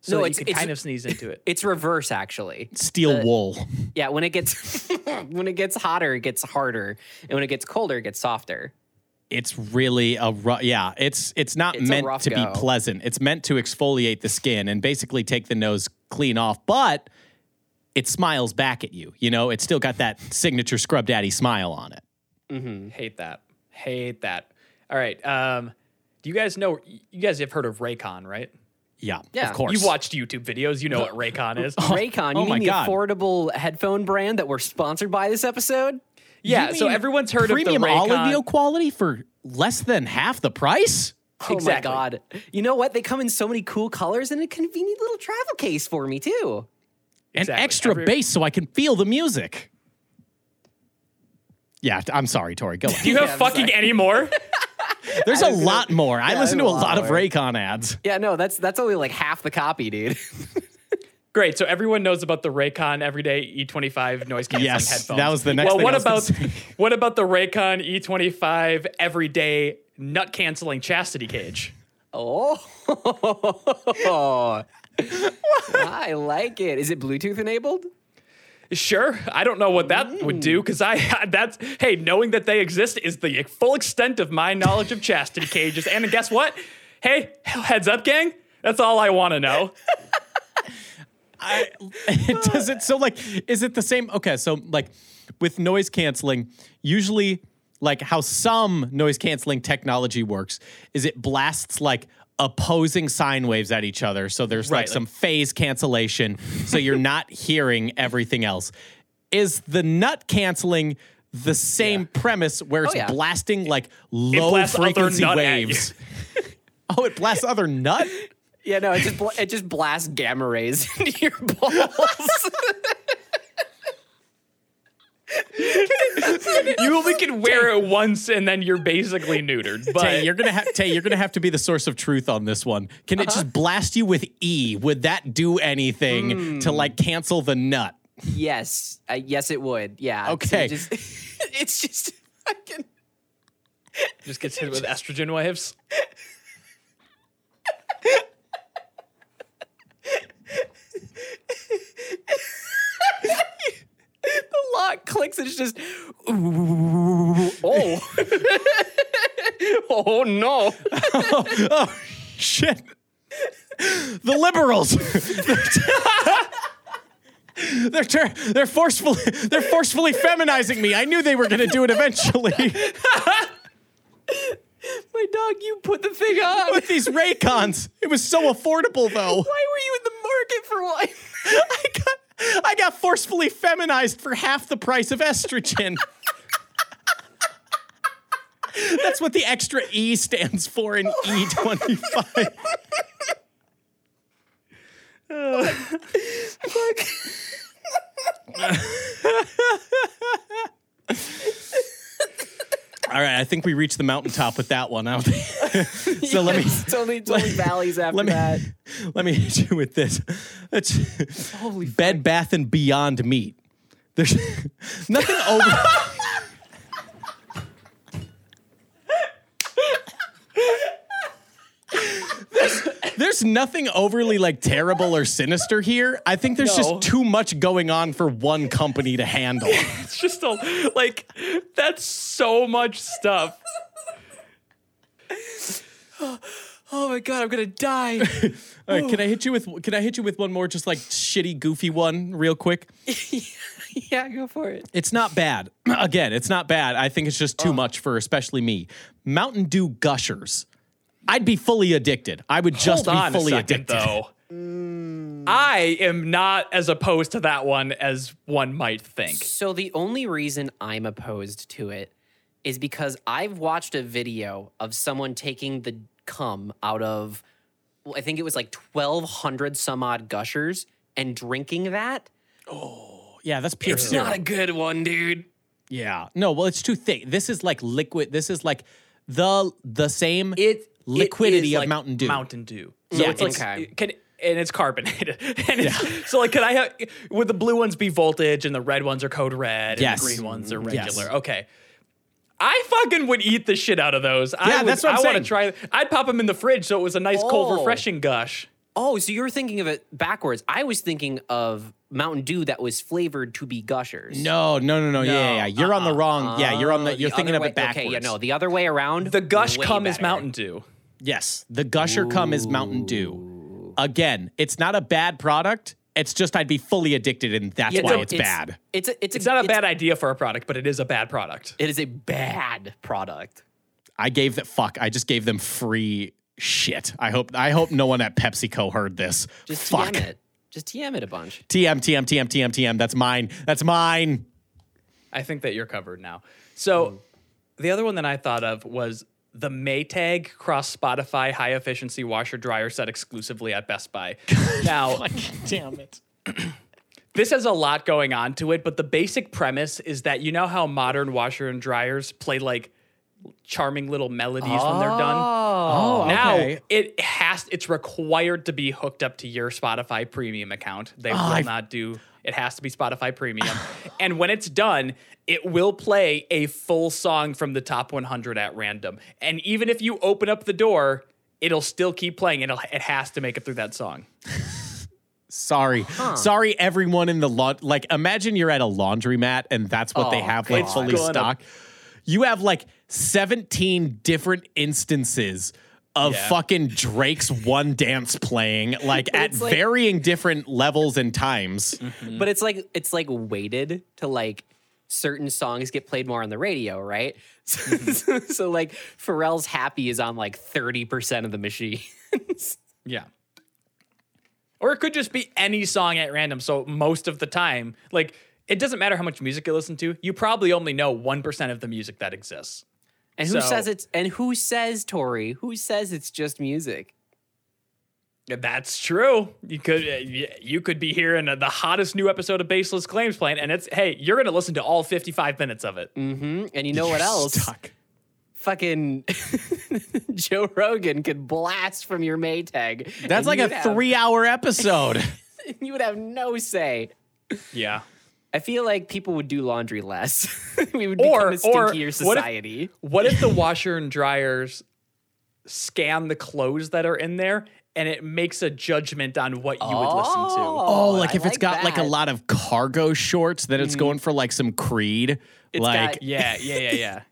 [SPEAKER 2] So
[SPEAKER 1] No,
[SPEAKER 2] that
[SPEAKER 1] it's-
[SPEAKER 2] you can
[SPEAKER 1] it's-
[SPEAKER 2] kind of sneeze into it.
[SPEAKER 1] It's reverse actually.
[SPEAKER 3] Steel wool.
[SPEAKER 1] Yeah, when it gets when it gets hotter, it gets harder, and when it gets colder, it gets softer.
[SPEAKER 3] It's really a rough. Yeah, it's it's not
[SPEAKER 1] It's a
[SPEAKER 3] meant
[SPEAKER 1] rough
[SPEAKER 3] to be
[SPEAKER 1] go.
[SPEAKER 3] pleasant. It's meant to exfoliate the skin and basically take the nose clean off. But it smiles back at you. You know, it's still got that signature scrub daddy smile on it.
[SPEAKER 2] Hate that. Hate that. All right. Um, do you guys know? You guys have heard of Raycon, right?
[SPEAKER 3] Yeah,
[SPEAKER 1] Yeah.
[SPEAKER 3] of course.
[SPEAKER 2] You've watched YouTube videos. You know what Raycon is.
[SPEAKER 1] Raycon, you
[SPEAKER 3] oh
[SPEAKER 1] mean
[SPEAKER 3] my
[SPEAKER 1] the
[SPEAKER 3] God.
[SPEAKER 1] affordable headphone brand that we're sponsored by this episode?
[SPEAKER 2] yeah.
[SPEAKER 3] You
[SPEAKER 2] So
[SPEAKER 3] mean
[SPEAKER 2] everyone's heard of the
[SPEAKER 3] premium audio
[SPEAKER 2] Raycon.
[SPEAKER 3] quality for less than half the price.
[SPEAKER 1] Oh my
[SPEAKER 2] Exactly.
[SPEAKER 1] god. You know what? They come in so many cool colors and a convenient little travel case for me too.
[SPEAKER 3] An
[SPEAKER 2] Exactly.
[SPEAKER 3] extra
[SPEAKER 2] Every-
[SPEAKER 3] bass so I can feel the music. Yeah, t- I'm sorry, Tori. Go
[SPEAKER 2] Do
[SPEAKER 3] ahead.
[SPEAKER 2] you have
[SPEAKER 1] Yeah, I'm
[SPEAKER 2] fucking any more?
[SPEAKER 3] There's a lot more. I listen to a
[SPEAKER 1] there's a
[SPEAKER 3] lot
[SPEAKER 1] lot
[SPEAKER 3] of
[SPEAKER 1] more.
[SPEAKER 3] Raycon ads.
[SPEAKER 1] Yeah, no, that's that's only like half the copy, dude.
[SPEAKER 2] Great. So everyone knows about the Raycon Everyday E25 noise canceling
[SPEAKER 3] Yes,
[SPEAKER 2] headphones.
[SPEAKER 3] that was the next
[SPEAKER 2] Well,
[SPEAKER 3] thing
[SPEAKER 2] what
[SPEAKER 3] I was gonna
[SPEAKER 2] about what about the Raycon E E25 Everyday nut canceling chastity cage?
[SPEAKER 1] Oh. I like it. Is it Bluetooth enabled?
[SPEAKER 2] Sure. I don't know what that would do because I that's hey, knowing that they exist is the full extent of my knowledge of chastity cages. And guess what? Hey, heads up, gang. That's all I want to know.
[SPEAKER 3] I, does it so like is it the same okay so like with noise canceling usually like how some noise canceling technology works is it blasts like opposing sine waves at each other so there's
[SPEAKER 2] Right,
[SPEAKER 3] like
[SPEAKER 2] like-
[SPEAKER 3] some phase cancellation so you're not hearing everything else is the nut canceling the same premise where it's
[SPEAKER 1] yeah.
[SPEAKER 3] blasting like low
[SPEAKER 2] Oh, blasts other
[SPEAKER 3] frequency
[SPEAKER 2] nut at you.
[SPEAKER 3] waves oh it blasts other nut
[SPEAKER 1] Yeah, no, it just bl- it just blasts gamma rays into your balls.
[SPEAKER 2] You only can wear it once and then you're basically neutered. But
[SPEAKER 3] Tay, you're gonna have Tay, you're gonna have to be the source of truth on this one. Can it just blast you with E? Would that do anything to like cancel the nut?
[SPEAKER 1] Yes, uh, yes, it would. Yeah. So
[SPEAKER 3] Okay.
[SPEAKER 1] just- it's just fucking.
[SPEAKER 2] just gets hit with estrogen waves.
[SPEAKER 1] The lock clicks. It's just. Ooh, oh. oh no!
[SPEAKER 3] Oh shit. The liberals. they're ter- they're forcefully they're forcefully feminizing me. I knew they were gonna do it eventually.
[SPEAKER 1] My dog, you put the thing on. Why
[SPEAKER 3] With these Raycons. It was so affordable though.
[SPEAKER 1] were you in the market for one?
[SPEAKER 3] I got I got forcefully feminized for half the price of estrogen. That's what the extra E stands for in E E25. All right, I think we reached the mountaintop with that one. I don't think- so let me
[SPEAKER 1] it's only, it's only valleys after
[SPEAKER 3] let me
[SPEAKER 1] that.
[SPEAKER 3] let me hit you with this. It's Bed Bath and Beyond meat. There's nothing over. there's, there's nothing overly like terrible or sinister here. I think
[SPEAKER 2] No.
[SPEAKER 3] there's just too much going on for one company to handle.
[SPEAKER 2] It's just a like that's so much stuff.
[SPEAKER 1] Oh my god, I'm gonna die.
[SPEAKER 3] All right, can I hit you with can I hit you with one more just like shitty goofy one real quick?
[SPEAKER 1] yeah, go for it.
[SPEAKER 3] It's not bad. Again, it's not bad. I think it's just too much for especially me. Mountain Dew gushers. I'd be fully addicted. I would just
[SPEAKER 2] Hold
[SPEAKER 3] be
[SPEAKER 2] on
[SPEAKER 3] fully
[SPEAKER 2] a second,
[SPEAKER 3] addicted.
[SPEAKER 2] though.
[SPEAKER 3] Mm.
[SPEAKER 2] I am not as opposed to that one as one might think.
[SPEAKER 1] So the only reason I'm opposed to it is because I've watched a video of someone taking the cum out of well, I think it was like 1200 some odd gushers and drinking that.
[SPEAKER 3] Yeah, that's pure
[SPEAKER 1] It's
[SPEAKER 3] syrup.
[SPEAKER 1] not a good one, dude.
[SPEAKER 3] yeah. No, well, it's too thick. This is like liquid. This is like the the same
[SPEAKER 2] It
[SPEAKER 3] liquidity
[SPEAKER 2] is
[SPEAKER 3] of
[SPEAKER 2] like
[SPEAKER 3] Mountain Dew.
[SPEAKER 2] Mountain Dew. So
[SPEAKER 3] Yeah,
[SPEAKER 2] it's like
[SPEAKER 1] okay.
[SPEAKER 2] can and it's carbonated. and it's, So like, can I have? Would the blue ones be voltage, and the red ones are code red,
[SPEAKER 3] Yes. Mm-hmm.
[SPEAKER 2] and the green ones are
[SPEAKER 3] Yes.
[SPEAKER 2] regular? Okay. I fucking would eat the shit out of those. I
[SPEAKER 3] Yeah,
[SPEAKER 2] would,
[SPEAKER 3] that's what I'm
[SPEAKER 2] I want
[SPEAKER 3] saying.
[SPEAKER 2] to try. I'd pop them in the fridge so it was a nice, cold,
[SPEAKER 1] Oh.
[SPEAKER 2] refreshing gush.
[SPEAKER 1] Oh, so you're thinking of it backwards. I was thinking of Mountain Dew that was flavored to be Gushers.
[SPEAKER 3] No, no, no, no. yeah, yeah, yeah. You're on the wrong. yeah, you're on the.
[SPEAKER 1] Oh,
[SPEAKER 3] You're thinking
[SPEAKER 1] other
[SPEAKER 3] of
[SPEAKER 1] way,
[SPEAKER 3] it backwards.
[SPEAKER 1] Okay, yeah, no, the other way around.
[SPEAKER 2] The gush
[SPEAKER 1] way
[SPEAKER 2] cum is
[SPEAKER 1] better.
[SPEAKER 2] Mountain Dew.
[SPEAKER 3] Yes, the gusher cum is Mountain Dew. Again, it's not a bad product. It's just I'd be fully addicted, and that's
[SPEAKER 1] Yeah,
[SPEAKER 3] why
[SPEAKER 1] no,
[SPEAKER 3] it's, bad.
[SPEAKER 1] It's a, it's, a,
[SPEAKER 2] It's not a bad idea for a product, but it is a bad product.
[SPEAKER 1] It is a bad product.
[SPEAKER 3] I gave that fuck. I just gave them free shit. I hope. I hope no one at PepsiCo heard this.
[SPEAKER 1] Just
[SPEAKER 3] fuck.
[SPEAKER 1] TM it. Just TM it a bunch.
[SPEAKER 3] TM TM TM TM TM. That's mine. That's mine.
[SPEAKER 2] I think that you're covered now. So
[SPEAKER 1] Hmm.
[SPEAKER 2] the other one that I thought of was the Maytag cross Spotify high efficiency washer dryer set exclusively at Best Buy. now,
[SPEAKER 3] Damn it.
[SPEAKER 2] this has a lot going on to it, but the basic premise is that you know how modern washer and dryers play like charming little melodies when they're done?
[SPEAKER 1] Oh,
[SPEAKER 3] Oh,
[SPEAKER 2] Now
[SPEAKER 3] okay.
[SPEAKER 2] it has it's required to be hooked up to your Spotify premium account. They will
[SPEAKER 3] I've-
[SPEAKER 2] not do it has to be Spotify premium. and when it's done, it will play a full song from the top 100 at random. And even if you open up the door, it'll still keep playing. It'll it has to make it through that song.
[SPEAKER 3] Sorry. Sorry, everyone in the laun Like, imagine you're at a laundromat and that's what they
[SPEAKER 1] Oh,
[SPEAKER 3] have, like,
[SPEAKER 2] God.
[SPEAKER 3] fully
[SPEAKER 2] It's gonna-
[SPEAKER 3] stocked. You have like 17 different instances of
[SPEAKER 2] Yeah.
[SPEAKER 3] fucking Drake's one dance playing, like, at
[SPEAKER 1] It's like-
[SPEAKER 3] varying different levels and times.
[SPEAKER 1] but it's like it's like weighted to like certain songs get played more on the radio, right? So,
[SPEAKER 2] Mm-hmm.
[SPEAKER 1] so, so, like Pharrell's Happy is on like 30% of the machine.
[SPEAKER 2] Yeah. Or it could just be any song at random. So most of the time, like it doesn't matter how much music you listen to, you probably only know 1% of the music that exists.
[SPEAKER 1] And who
[SPEAKER 2] So-
[SPEAKER 1] says it's and who says Tori? Who says it's just music?
[SPEAKER 2] Yeah, That's true. You could uh, y- you could be hearing uh, the hottest new episode of Baseless Claims playing, and it's hey, you're gonna listen to all 55 minutes of it.
[SPEAKER 1] hmm And you know what else?
[SPEAKER 3] Stuck.
[SPEAKER 1] Fucking Joe Rogan could blast from your Maytag.
[SPEAKER 3] That's
[SPEAKER 1] and
[SPEAKER 3] like
[SPEAKER 1] you
[SPEAKER 3] a
[SPEAKER 1] would have-
[SPEAKER 3] three hour episode.
[SPEAKER 1] You would have no say.
[SPEAKER 2] Yeah.
[SPEAKER 1] I feel like people would do laundry less. we would
[SPEAKER 2] Or-
[SPEAKER 1] become a
[SPEAKER 2] or
[SPEAKER 1] stinkier
[SPEAKER 2] what if-
[SPEAKER 1] society.
[SPEAKER 2] What if the washer and dryers scan the clothes that are in there, and it makes a judgment on what you would listen to?
[SPEAKER 3] oh, like
[SPEAKER 1] I
[SPEAKER 3] if it's got like a
[SPEAKER 1] that. Mm.
[SPEAKER 3] lot of cargo shorts, then it's going for like some Creed. like,
[SPEAKER 1] got-
[SPEAKER 2] Yeah, yeah, yeah, yeah.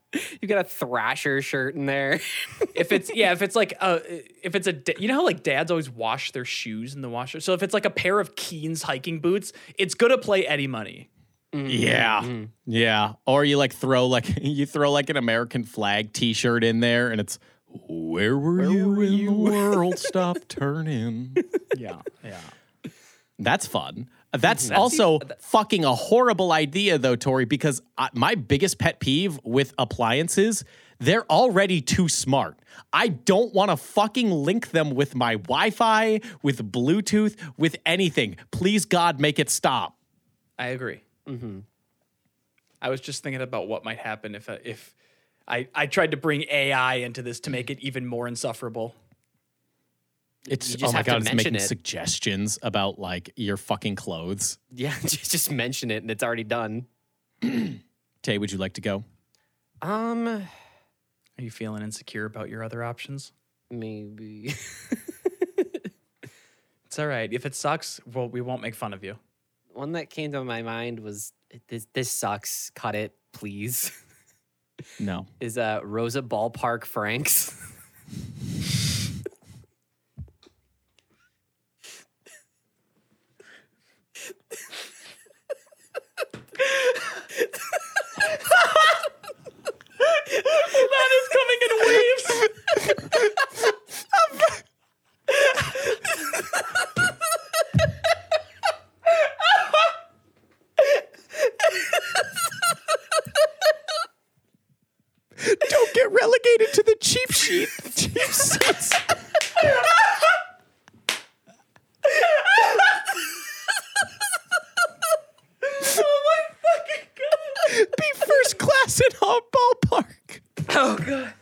[SPEAKER 1] You got a Thrasher shirt in there.
[SPEAKER 2] if it's yeah, if it's like a if it's a da- you know how like dads always wash their shoes in the washer. So if it's like a pair of Keens hiking boots, it's gonna play Eddie Money.
[SPEAKER 3] Yeah. Yeah. Or you like throw like you throw like an American flag t-shirt in there and it's where were you when the world stopped turning?
[SPEAKER 2] Yeah, yeah.
[SPEAKER 3] That's fun. That's also fucking a horrible idea though, Tori, because I, my biggest pet peeve with appliances, they're already too smart. I don't want to fucking link them with my Wi-Fi, with Bluetooth, with anything. Please God, make it stop.
[SPEAKER 2] I agree. I was just thinking about what might happen if I, if I I tried to bring AI into this to make it even more insufferable.
[SPEAKER 3] It's
[SPEAKER 1] You just
[SPEAKER 3] oh my
[SPEAKER 1] have to
[SPEAKER 3] god, it's
[SPEAKER 1] mention
[SPEAKER 3] making
[SPEAKER 1] it.
[SPEAKER 3] suggestions about like your fucking clothes.
[SPEAKER 1] yeah, just, just mention it and it's already done.
[SPEAKER 3] Tay, would you like to go?
[SPEAKER 1] Um,
[SPEAKER 2] Are you feeling insecure about your other options?
[SPEAKER 1] maybe.
[SPEAKER 2] It's all right. If it sucks, well, we won't make fun of you.
[SPEAKER 1] One that came to my mind was this. This sucks. Cut it, please.
[SPEAKER 3] No.
[SPEAKER 1] Is uh Rosa Ballpark Franks?
[SPEAKER 2] That is coming in waves.
[SPEAKER 3] Don't get relegated to the cheap sheet. Cheap seats. Be first class in our ballpark.
[SPEAKER 2] oh god.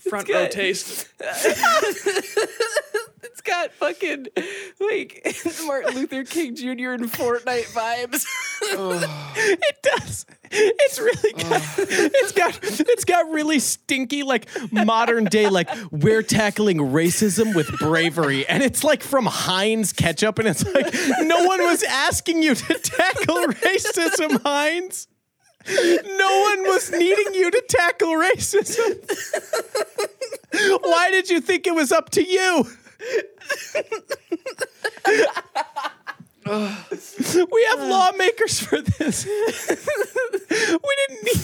[SPEAKER 2] Front row taste.
[SPEAKER 1] It's
[SPEAKER 4] got
[SPEAKER 1] got
[SPEAKER 4] fucking like Martin Luther King Jr. and Fortnite vibes.
[SPEAKER 2] Oh.
[SPEAKER 3] It does. It's really got, it's got it's got really stinky like modern day like we're tackling racism with bravery and it's like from Heinz ketchup and it's like no one was asking you to tackle racism Heinz. No one was needing you to tackle racism. Why did you think it was up to you? We
[SPEAKER 2] Uh.
[SPEAKER 3] have lawmakers for this. we didn't need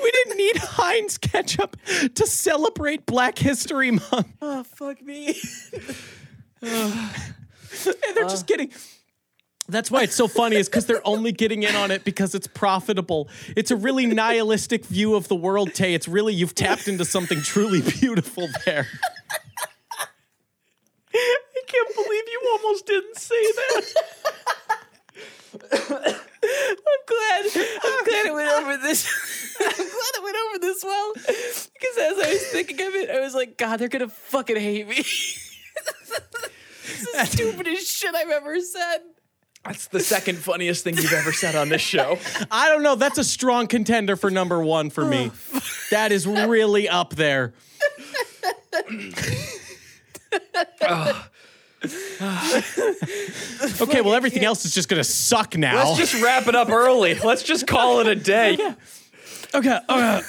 [SPEAKER 3] we didn't need Heinz ketchup to celebrate Black History Month.
[SPEAKER 2] Ah,
[SPEAKER 4] oh fuck me.
[SPEAKER 3] And they're
[SPEAKER 2] Uh.
[SPEAKER 3] just getting. That's why it's so funny is because they're only getting in on it because it's profitable. It's a really nihilistic view of the world, Tay. It's really you've tapped into something truly beautiful there.
[SPEAKER 2] I can't believe you almost didn't say that.
[SPEAKER 4] I'm glad. I'm glad it went over this. I'm glad it went over this well. Because as I was thinking of it, I was like, God, they're gonna fucking hate me. this is the stupidest shit I've ever said.
[SPEAKER 2] Uh, That's the second funniest thing you've ever said on this show.
[SPEAKER 3] I don't know. That's a strong contender for number one for me. That is really up there. okay, well, everything else is just going to suck now.
[SPEAKER 2] Let's just wrap it up early. Let's just call it a day.
[SPEAKER 3] okay, okay.
[SPEAKER 2] I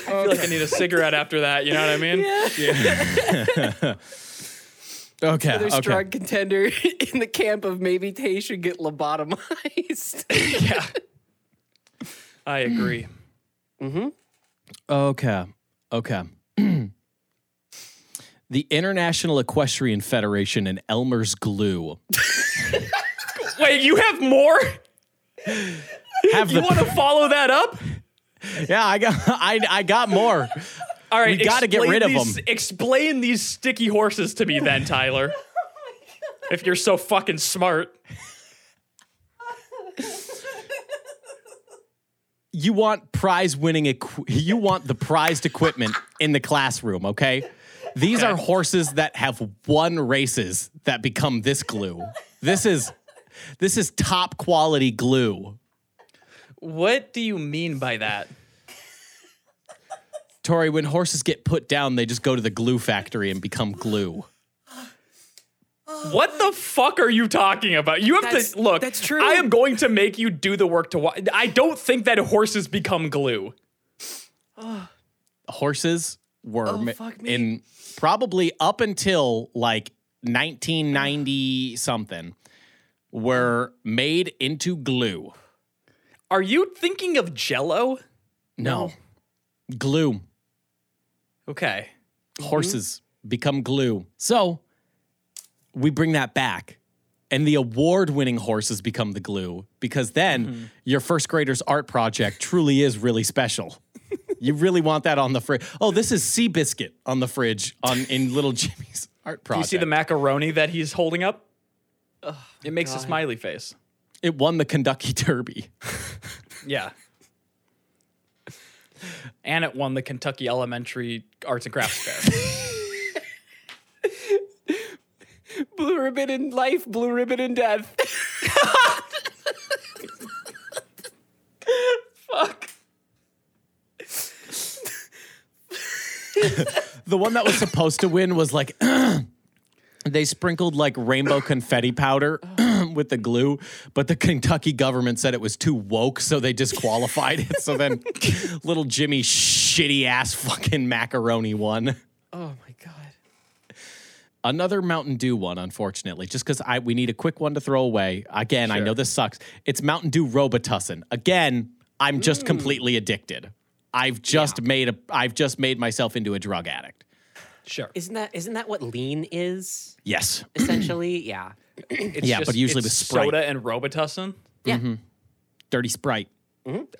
[SPEAKER 2] feel like I need a cigarette after that. You know what I mean?
[SPEAKER 3] Okay.
[SPEAKER 4] Another
[SPEAKER 3] okay.
[SPEAKER 4] strong contender in the camp of maybe Tay should get lobotomized.
[SPEAKER 2] Yeah. I agree.
[SPEAKER 3] Okay. Okay. the International Equestrian Federation and Elmer's Glue
[SPEAKER 2] Wait, you have more?
[SPEAKER 3] have
[SPEAKER 2] You want
[SPEAKER 3] the.
[SPEAKER 2] to follow that up?
[SPEAKER 3] Yeah, I got. I I got more.
[SPEAKER 2] All right,
[SPEAKER 3] We gotta get
[SPEAKER 2] explain
[SPEAKER 3] rid of
[SPEAKER 2] these-
[SPEAKER 3] them.
[SPEAKER 2] Explain these sticky horses to me, then, Tyler.
[SPEAKER 4] Oh
[SPEAKER 2] if you're so fucking smart.
[SPEAKER 3] You want prize winning. Equ- you want the prized equipment in the classroom. Okay. These are horses that have won races that become this glue. This is, this is top quality glue.
[SPEAKER 2] What do you mean by that?
[SPEAKER 3] Tori, when horses get put down, they just go to the glue factory and become glue.
[SPEAKER 2] What the fuck are you talking about? You have
[SPEAKER 4] That's-
[SPEAKER 2] to look.
[SPEAKER 4] that's true.
[SPEAKER 2] I am going to make you do the work to watch. I don't think that horses become glue.
[SPEAKER 3] horses were ma-
[SPEAKER 4] fuck me.
[SPEAKER 3] in probably up until like 1990 something were made into glue.
[SPEAKER 2] Are you thinking of Jello?
[SPEAKER 3] No. Glue.
[SPEAKER 2] Okay. Mm-hmm.
[SPEAKER 3] Horses become glue. So we bring that back. And the award winning horses become the glue because then
[SPEAKER 2] Mm-hmm.
[SPEAKER 3] your first grader's art project truly is really special. you really want that on the fridge. Oh, this is Seabiscuit on the fridge on in Little Jimmy's art
[SPEAKER 2] Do you
[SPEAKER 3] project.
[SPEAKER 2] see the macaroni that he's holding up?
[SPEAKER 4] Oh
[SPEAKER 2] it makes a smiley face.
[SPEAKER 3] It won the Kentucky Derby.
[SPEAKER 2] Yeah. and it won the Kentucky Elementary Arts and Crafts Fair.
[SPEAKER 4] blue ribbon in life, blue ribbon in death. Fuck.
[SPEAKER 3] The one that was supposed to win was like they sprinkled like rainbow confetti powder with the glue, but the Kentucky government said it was too woke, so they disqualified it. So then little Jimmy shitty ass fucking macaroni won.
[SPEAKER 4] Oh my god.
[SPEAKER 3] Another Mountain Dew one, unfortunately, just because I we need a quick one to throw away. Again, I know this sucks. It's Mountain Dew Robitussin. Again, I'm just completely addicted. I've just made a I've just made myself into a drug addict.
[SPEAKER 2] Sure.
[SPEAKER 1] Isn't that isn't that what lean is
[SPEAKER 3] Yes.
[SPEAKER 1] essentially? yeah.
[SPEAKER 2] It's
[SPEAKER 3] Yeah, but usually
[SPEAKER 2] it's
[SPEAKER 3] with Sprite.
[SPEAKER 2] soda and Robitussin.
[SPEAKER 1] Yeah.
[SPEAKER 3] Mm-hmm. Dirty Sprite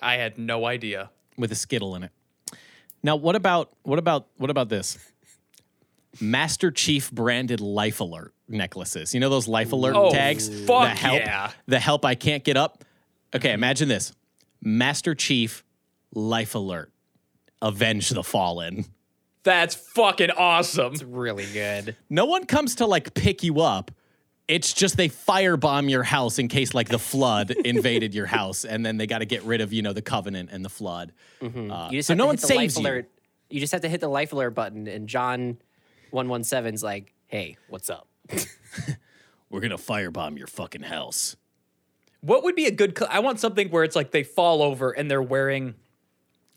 [SPEAKER 2] I had no idea.
[SPEAKER 3] with a skittle in it. Now, what about what about what about this? Master Chief branded life alert necklaces. You know those life alert
[SPEAKER 2] Oh,
[SPEAKER 3] tags?
[SPEAKER 2] fuck
[SPEAKER 3] the help,
[SPEAKER 2] yeah.
[SPEAKER 3] The help I can't get up. Okay, imagine this. Master Chief life alert. Avenge the fallen.
[SPEAKER 2] That's fucking awesome.
[SPEAKER 1] Really good.
[SPEAKER 3] No one comes to like pick you up. It's just they firebomb your house in case like the flood invaded your house, and then they got to get rid of you know the covenant and the flood. Uh,
[SPEAKER 1] You just
[SPEAKER 3] so
[SPEAKER 1] have
[SPEAKER 3] no
[SPEAKER 1] to
[SPEAKER 3] one
[SPEAKER 1] hit the life
[SPEAKER 3] saves you.
[SPEAKER 1] alert. You just have to hit the life alert button, and John 117's like, hey, what's up?
[SPEAKER 3] We're gonna firebomb your fucking house.
[SPEAKER 2] What would be a good? Cl- I want something where it's like they fall over and they're wearing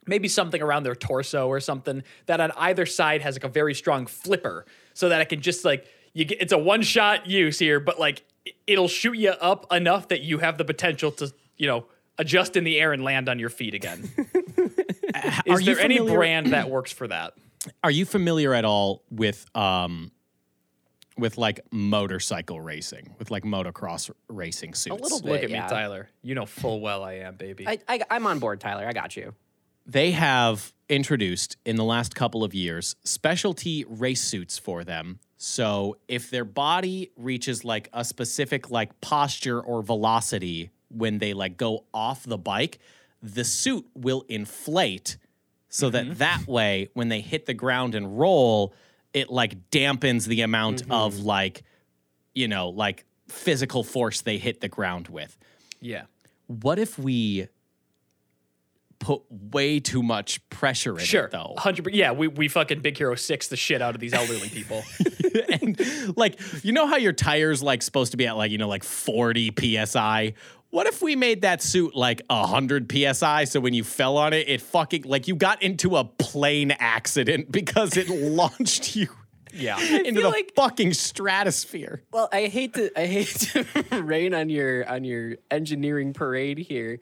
[SPEAKER 2] maybe something around their torso or something that on either side has like a very strong flipper, so that I can just like you get. It's a one shot use here, but like it- it'll shoot you up enough that you have the potential to you know adjust in the air and land on your feet again. Is
[SPEAKER 3] Are you
[SPEAKER 2] there any
[SPEAKER 3] familiar-
[SPEAKER 2] brand that works for that?
[SPEAKER 3] Are you familiar at all with um with like motorcycle racing, with like motocross r- racing suits?
[SPEAKER 1] little bit.
[SPEAKER 2] Look at
[SPEAKER 1] yeah.
[SPEAKER 2] me, Tyler. You know full well I am, baby.
[SPEAKER 1] I, I, I'm on board, Tyler. I got you.
[SPEAKER 3] They have introduced in the last couple of years specialty race suits for them. So if their body reaches like a specific like posture or velocity when they like go off the bike, the suit will inflate so that that way when they hit the ground and roll, it like dampens the amount of like you know, like physical force they hit the ground with
[SPEAKER 2] yeah.
[SPEAKER 3] what if we put way too much pressure in
[SPEAKER 2] Sure.
[SPEAKER 3] it though?
[SPEAKER 2] Hundred. per- Yeah, we we fucking Big Hero Six the shit out of these elderly people.
[SPEAKER 3] and like, you know how your tires like supposed to be at like, you know, like 40 psi? What if we made that suit like 100 psi so when you fell on it, it fucking like you got into a plane accident because it launched you
[SPEAKER 2] yeah.
[SPEAKER 3] into the
[SPEAKER 1] feel like-
[SPEAKER 3] fucking stratosphere?
[SPEAKER 1] Well, I hate to I hate to rain on your on your engineering parade here,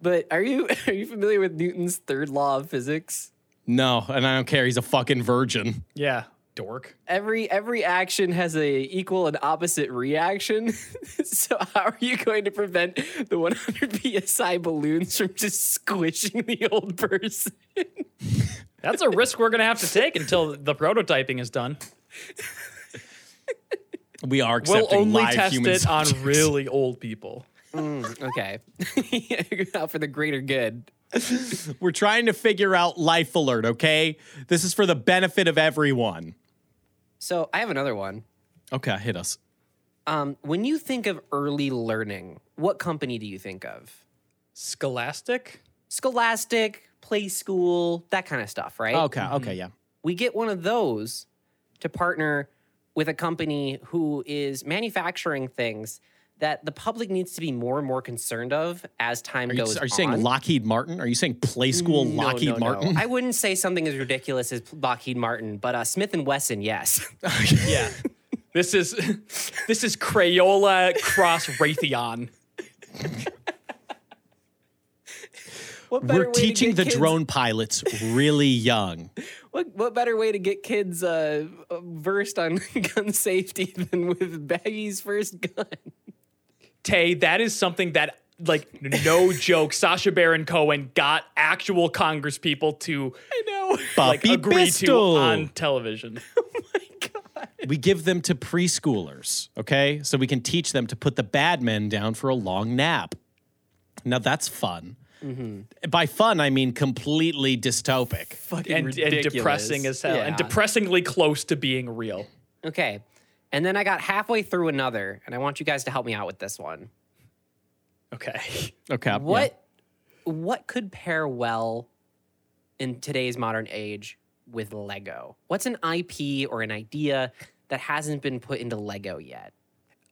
[SPEAKER 1] but are you are you familiar with Newton's third law of physics?
[SPEAKER 3] No, and I don't care. He's a fucking virgin.
[SPEAKER 2] Yeah. Dork.
[SPEAKER 1] Every every action has a equal and opposite reaction. so how are you going to prevent the 100 psi balloons from just squishing the old person?
[SPEAKER 2] That's a risk we're gonna have to take until the prototyping is done.
[SPEAKER 3] We are
[SPEAKER 2] We'll
[SPEAKER 3] accepting
[SPEAKER 2] only
[SPEAKER 3] live
[SPEAKER 2] test
[SPEAKER 3] human
[SPEAKER 2] it on
[SPEAKER 3] subjects.
[SPEAKER 2] really old people.
[SPEAKER 1] okay, out for the greater good.
[SPEAKER 3] We're trying to figure out life alert, okay? This is for the benefit of everyone.
[SPEAKER 1] So I have another one.
[SPEAKER 3] Okay, hit us.
[SPEAKER 1] Um, when you think of early learning, what company do you think of?
[SPEAKER 2] Scholastic.
[SPEAKER 1] Scholastic, Play School, that kind of stuff, right?
[SPEAKER 3] Okay, okay, yeah.
[SPEAKER 1] We get one of those to partner with a company who is manufacturing things that the public needs to be more and more concerned of as time
[SPEAKER 3] Are you,
[SPEAKER 1] goes
[SPEAKER 3] are you saying
[SPEAKER 1] on.
[SPEAKER 3] Lockheed Martin? Are you saying Play School
[SPEAKER 1] No,
[SPEAKER 3] Lockheed
[SPEAKER 1] no, no.
[SPEAKER 3] Martin?
[SPEAKER 1] I wouldn't say something as ridiculous as Lockheed Martin, but uh, Smith and Wesson, yes.
[SPEAKER 2] Yeah. this is this is Crayola cross Raytheon.
[SPEAKER 1] What better
[SPEAKER 3] We're
[SPEAKER 1] way to
[SPEAKER 3] teaching
[SPEAKER 1] get
[SPEAKER 3] the
[SPEAKER 1] kids-
[SPEAKER 3] drone pilots really young.
[SPEAKER 1] What, what better way to get kids uh, versed on gun safety than with Baggy's first gun?
[SPEAKER 2] Tay, that is something that, like, no joke, Sasha Baron Cohen got actual Congress people to I know. like,
[SPEAKER 3] Bobby
[SPEAKER 2] agree
[SPEAKER 3] Pistol.
[SPEAKER 2] to on television.
[SPEAKER 3] we give them to preschoolers, okay? So we can teach them to put the bad men down for a long nap. Now that's fun.
[SPEAKER 1] Mm-hmm.
[SPEAKER 3] By fun, I mean completely dystopic.
[SPEAKER 2] and, and depressing as hell. And
[SPEAKER 1] Yeah.
[SPEAKER 2] depressingly close to being real.
[SPEAKER 1] Okay. And then I got halfway through another, and I want you guys to help me out with this one.
[SPEAKER 2] Okay.
[SPEAKER 3] Okay. yeah.
[SPEAKER 1] What what could pair well in today's modern age with Lego? What's an IP or an idea that hasn't been put into Lego yet?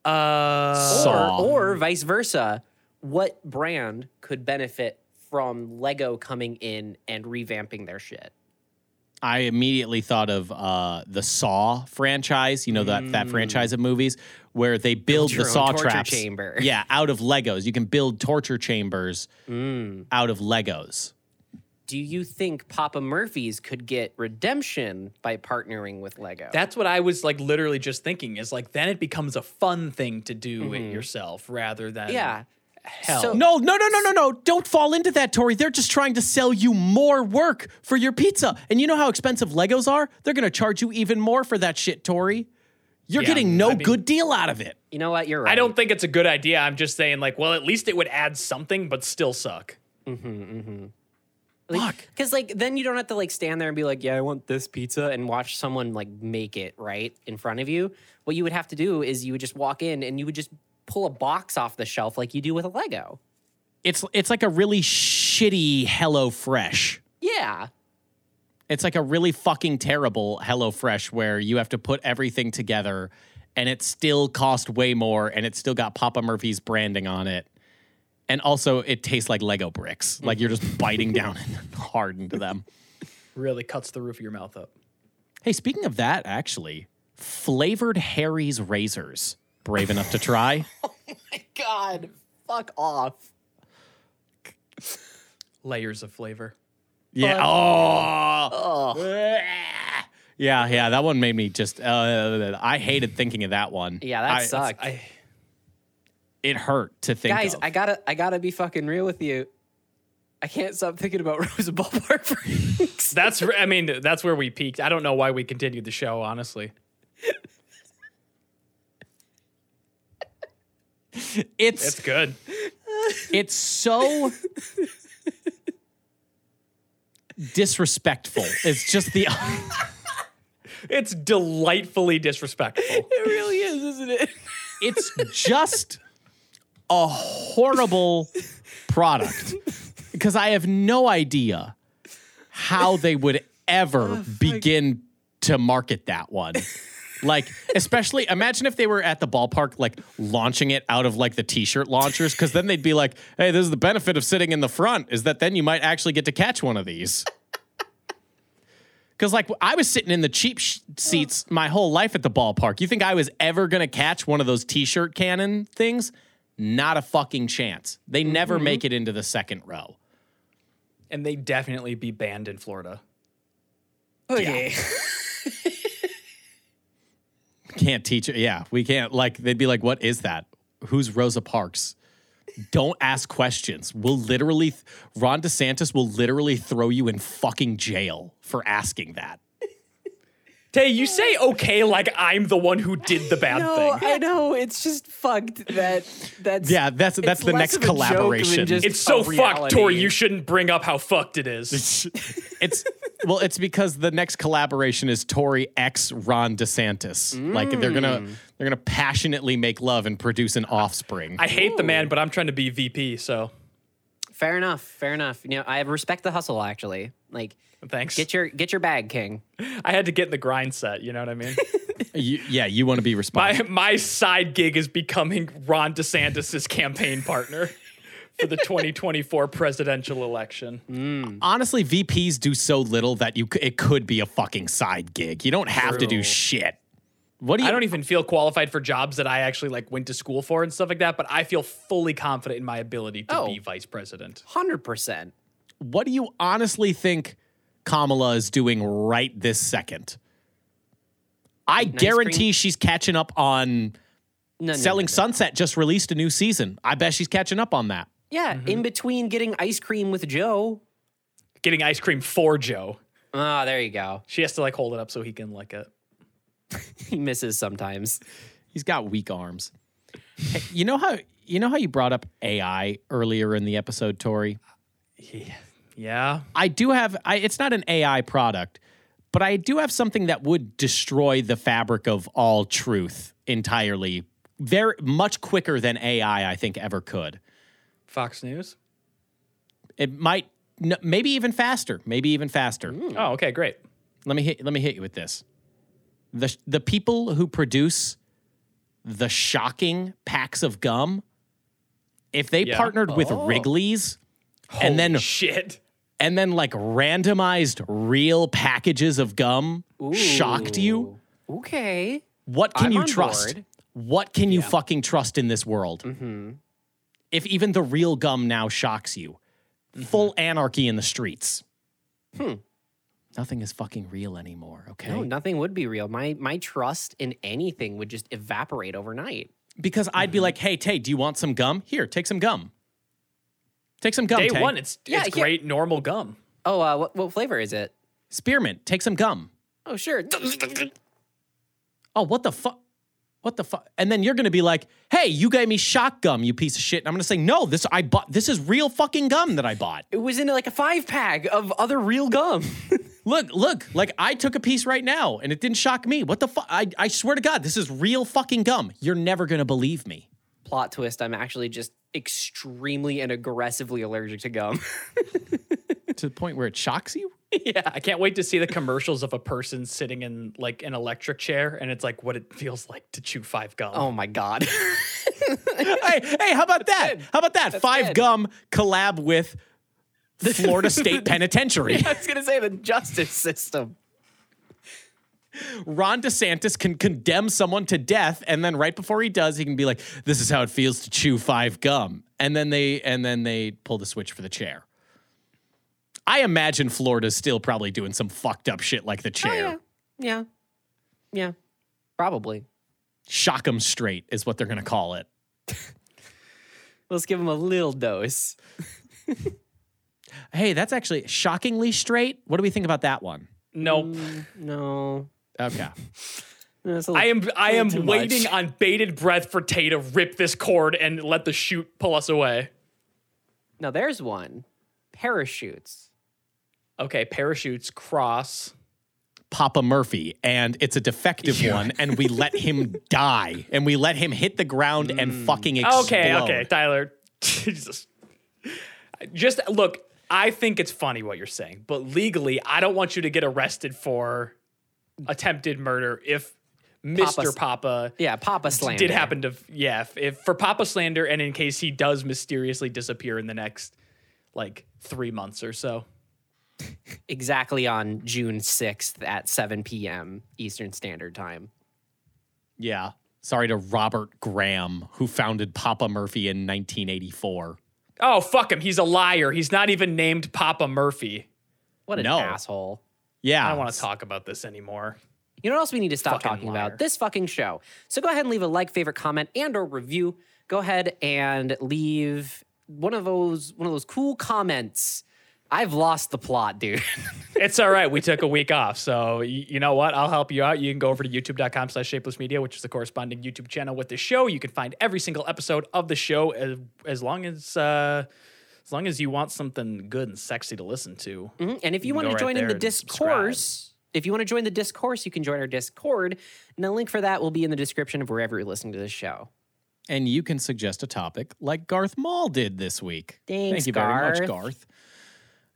[SPEAKER 2] Uh,
[SPEAKER 3] Saw.
[SPEAKER 1] Or, or vice versa, what brand could benefit from Lego coming in and revamping their shit?
[SPEAKER 3] I immediately thought of uh, the Saw franchise. You know that that franchise of movies where they build
[SPEAKER 1] your
[SPEAKER 3] the
[SPEAKER 1] own
[SPEAKER 3] saw
[SPEAKER 1] torture
[SPEAKER 3] traps.
[SPEAKER 1] chamber.
[SPEAKER 3] Yeah, out of Legos. You can build torture chambers out of Legos.
[SPEAKER 1] Do you think Papa Murphy's could get redemption by partnering with Lego?
[SPEAKER 2] That's what I was like literally just thinking is like then it becomes a fun thing to do it yourself rather than
[SPEAKER 1] yeah.
[SPEAKER 2] hell.
[SPEAKER 1] So-
[SPEAKER 3] No, no, no, no, no, no! Don't fall into that, Tori. They're just trying to sell you more work for your pizza. And you know how expensive Legos are? They're gonna charge you even more for that shit, Tori. You're
[SPEAKER 2] Yeah,
[SPEAKER 3] getting no
[SPEAKER 2] I mean-
[SPEAKER 3] good deal out of it.
[SPEAKER 1] You know what? You're right.
[SPEAKER 2] I don't think it's a good idea. I'm just saying like well at least it would add something but still suck.
[SPEAKER 1] Like,
[SPEAKER 3] Fuck.
[SPEAKER 1] Because like then you don't have to like stand there and be like, yeah, I want this pizza and watch someone like make it right in front of you. What you would have to do is you would just walk in and you would just pull a box off the shelf like you do with a Lego.
[SPEAKER 3] It's it's like a really shitty Hello Fresh.
[SPEAKER 1] Yeah.
[SPEAKER 3] It's like a really fucking terrible HelloFresh where you have to put everything together and it still cost way more and it's still got Papa Murphy's branding on it. And also it tastes like Lego bricks. Like you're just biting down and hard into them.
[SPEAKER 2] Really cuts the roof of your mouth up.
[SPEAKER 3] Hey, speaking of that, actually, flavored Harry's razors. Brave enough to try.
[SPEAKER 1] God, fuck off.
[SPEAKER 2] Layers of flavor.
[SPEAKER 3] Yeah. Oh. Yeah, yeah, that one made me just. Uh, I hated thinking of that one.
[SPEAKER 1] Yeah, that
[SPEAKER 3] I-
[SPEAKER 1] sucked.
[SPEAKER 2] I
[SPEAKER 3] It hurt to think.
[SPEAKER 1] Guys,
[SPEAKER 3] of.
[SPEAKER 1] I gotta I gotta be fucking real with you. I can't stop thinking about Rosa Ballpark Freaks.
[SPEAKER 2] that's re- I mean that's where we peaked. I don't know why we continued the show honestly.
[SPEAKER 3] it's
[SPEAKER 2] It's good.
[SPEAKER 3] It's so disrespectful. It's just the
[SPEAKER 2] It's delightfully disrespectful.
[SPEAKER 4] It really is, isn't it?
[SPEAKER 3] it's just a horrible product because I have no idea how they would ever begin to market that one. Like, especially imagine if they were at the ballpark, like launching it out of like the t shirt launchers, because then they'd be like, hey, this is the benefit of sitting in the front is that then you might actually get to catch one of these. Because, like, I was sitting in the cheap sh- seats my whole life at the ballpark. You think I was ever going to catch one of those t shirt cannon things? Not a fucking chance. They
[SPEAKER 4] Mm-hmm.
[SPEAKER 3] never make it into the second row.
[SPEAKER 2] And they definitely be banned in Florida.
[SPEAKER 1] Okay.
[SPEAKER 3] Can't teach it. Yeah, we can't. Like, they'd be like, what is that? Who's Rosa Parks? Don't ask questions. We'll literally, th- Ron DeSantis will literally throw you in fucking jail for asking that.
[SPEAKER 2] Tay, you say okay like I'm the one who did the bad
[SPEAKER 4] No,
[SPEAKER 2] thing.
[SPEAKER 4] I know. It's just fucked that that's
[SPEAKER 3] Yeah, that's that's
[SPEAKER 4] It's
[SPEAKER 3] the
[SPEAKER 4] less
[SPEAKER 3] next
[SPEAKER 4] of a joke than
[SPEAKER 3] collaboration.
[SPEAKER 4] just-
[SPEAKER 2] It's so
[SPEAKER 4] a
[SPEAKER 2] fucked, Tori.
[SPEAKER 4] reality.
[SPEAKER 2] You shouldn't bring up how fucked it is.
[SPEAKER 3] it's well, it's because the next collaboration is Tory X Ron DeSantis. Like they're gonna
[SPEAKER 2] Mm.
[SPEAKER 3] they're gonna passionately make love and produce an offspring.
[SPEAKER 2] I hate the man, but I'm trying to be VP, so
[SPEAKER 1] Fair enough. Fair enough. You know, I respect the hustle actually. Like
[SPEAKER 2] thanks.
[SPEAKER 1] get your get your bag, King.
[SPEAKER 2] I had to get in the grind set, you know what I mean?
[SPEAKER 3] You- yeah, you want to be
[SPEAKER 2] my
[SPEAKER 3] responsible.
[SPEAKER 2] my side gig is becoming Ron DeSantis' campaign partner for the 2024 presidential election.
[SPEAKER 1] Mm.
[SPEAKER 3] Honestly, VPs do so little that you c- it could be a fucking side gig. You don't have to do shit. What do you?
[SPEAKER 2] I don't even feel qualified for jobs that I actually like went to school for and stuff like that, but I feel fully confident in my ability to
[SPEAKER 1] Oh.
[SPEAKER 2] be vice president.
[SPEAKER 1] Hundred percent.
[SPEAKER 3] what do you honestly think Kamala is doing right this second? I guarantee
[SPEAKER 1] green-
[SPEAKER 3] she's catching up on
[SPEAKER 1] No, no,
[SPEAKER 3] Selling
[SPEAKER 1] no, no.
[SPEAKER 3] Sunset just released a new season. I bet she's catching up on that.
[SPEAKER 1] Yeah,
[SPEAKER 3] Mm-hmm.
[SPEAKER 1] in between getting ice cream with Joe.
[SPEAKER 2] Getting ice cream for Joe.
[SPEAKER 1] Ah, there you go.
[SPEAKER 2] She has to like hold it up so he can lick it.
[SPEAKER 1] He misses sometimes.
[SPEAKER 3] He's got weak arms. Hey, you know how you know how you brought up AI earlier in the episode, Tori?
[SPEAKER 2] Yeah.
[SPEAKER 3] I do have I it's not an AI product, but I do have something that would destroy the fabric of all truth entirely. Very much quicker than AI I think ever could.
[SPEAKER 2] Fox News.
[SPEAKER 3] It might n- maybe even faster, maybe even faster.
[SPEAKER 1] Hmm.
[SPEAKER 2] Oh, okay, great.
[SPEAKER 3] let me hit let me hit you with this. The the people who produce the shocking packs of gum, if they
[SPEAKER 2] Yeah.
[SPEAKER 3] partnered with
[SPEAKER 1] Oh.
[SPEAKER 3] Wrigley's and then
[SPEAKER 2] Holy shit.
[SPEAKER 3] and then like randomized real packages of gum shocked you,
[SPEAKER 1] Ooh. Okay.
[SPEAKER 3] what can
[SPEAKER 1] I'm
[SPEAKER 3] you
[SPEAKER 1] on
[SPEAKER 3] trust?
[SPEAKER 1] board. Mm-hmm.
[SPEAKER 3] What can you fucking trust in this world? If even the real gum now shocks you,
[SPEAKER 1] Mm-hmm.
[SPEAKER 3] full anarchy in the streets. Hmm. Nothing is fucking real anymore. Okay.
[SPEAKER 1] No, nothing would be real. My my trust in anything would just evaporate overnight.
[SPEAKER 3] because I'd be like, "Hey, Tay, do you want some gum? Here, take some gum. Take some gum.
[SPEAKER 2] Day
[SPEAKER 3] Tay.
[SPEAKER 2] one, it's
[SPEAKER 1] Yeah,
[SPEAKER 2] it's
[SPEAKER 1] yeah.
[SPEAKER 2] great normal gum.
[SPEAKER 1] Oh, uh, what what flavor is it?
[SPEAKER 3] spearmint. Take some gum.
[SPEAKER 1] Oh, sure.
[SPEAKER 3] Oh, what the fuck? what the fuck? And then you're gonna be like, hey, you gave me shot gum, you piece of shit. And I'm gonna say, no, this I bought. This is real fucking gum that I bought.
[SPEAKER 1] It was in like a five pack of other real gum.
[SPEAKER 3] Look, look, like I took a piece right now, and it didn't shock me. What the fuck? I, I swear to God, this is real fucking gum. You're never gonna believe me.
[SPEAKER 1] Plot twist I'm actually just extremely and aggressively allergic to gum.
[SPEAKER 3] to the point where it shocks you.
[SPEAKER 2] Yeah, I can't wait to see the commercials of a person sitting in like an electric chair and it's like what it feels like to chew five gum.
[SPEAKER 1] oh my God.
[SPEAKER 3] hey, hey, how about that? How about that? Five gum collab with Florida State Penitentiary.
[SPEAKER 1] I was going to say the justice system.
[SPEAKER 3] Ron DeSantis can condemn someone to death, and then right before he does, he can be like, "This is how it feels to chew five gum," and then they and then they pull the switch for the chair. I imagine Florida's still probably doing some fucked up shit
[SPEAKER 2] Oh,
[SPEAKER 3] like the chair.
[SPEAKER 1] Oh, yeah. Yeah. Yeah. Probably.
[SPEAKER 3] Shock 'em straight is what they're gonna call it.
[SPEAKER 1] Let's give him a little dose.
[SPEAKER 3] Hey, that's actually shockingly straight. What do we think about that one?
[SPEAKER 2] Nope.
[SPEAKER 1] No.
[SPEAKER 3] Okay.
[SPEAKER 1] No, it's a
[SPEAKER 2] I
[SPEAKER 1] li-
[SPEAKER 2] am I am
[SPEAKER 1] Too much.
[SPEAKER 2] waiting on bated breath for Tay to rip this cord and let the chute pull us away.
[SPEAKER 1] Now there's one. Parachutes.
[SPEAKER 2] Okay, parachutes cross.
[SPEAKER 3] Papa Murphy, and it's a defective one, and we let him die, and we let him hit the ground and fucking explode.
[SPEAKER 2] Okay, okay, Tyler. Jesus. Just look, I think it's funny what you're saying, but legally, I don't want you to get arrested for attempted murder if Mr. Papa
[SPEAKER 1] Yeah, Papa Slam.
[SPEAKER 2] did happen to yeah if, if for papa slander and in case he does mysteriously disappear in the next like three months or so
[SPEAKER 1] exactly on June 6th at 7 p.m. Eastern Standard Time.
[SPEAKER 3] Yeah. Sorry to Robert Graham, who founded Papa Murphy in 1984.
[SPEAKER 2] oh fuck him he's a liar he's not even named papa murphy
[SPEAKER 1] What an
[SPEAKER 3] No.
[SPEAKER 1] asshole.
[SPEAKER 3] Yeah.
[SPEAKER 2] i don't want to talk about this anymore
[SPEAKER 1] You know what else we need to stop
[SPEAKER 2] Fucking
[SPEAKER 1] talking
[SPEAKER 2] liar.
[SPEAKER 1] about? This fucking show. So go ahead and leave a like, favorite, comment, and or review. Go ahead and leave one of those one of those cool comments. I've lost the plot, dude.
[SPEAKER 2] it's all right we took a week off so y- you know what i'll help you out you can go over to youtube.com slash shapeless media which is the corresponding youtube channel with the show you can find every single episode of the show as, as long as uh as long as you want something good and sexy to listen to
[SPEAKER 1] Mhm. And if you, want
[SPEAKER 2] can go
[SPEAKER 1] to
[SPEAKER 2] right
[SPEAKER 1] join in
[SPEAKER 2] there
[SPEAKER 1] the
[SPEAKER 2] and subscribe.
[SPEAKER 1] discourse, if you want to join the discourse, you can join our Discord. And the link for that will be in the description of wherever you're listening to this show.
[SPEAKER 3] and you can suggest a topic like Garth Maul did this week.
[SPEAKER 1] Thanks,
[SPEAKER 3] Thank you very much,
[SPEAKER 1] Garth.
[SPEAKER 3] Garth.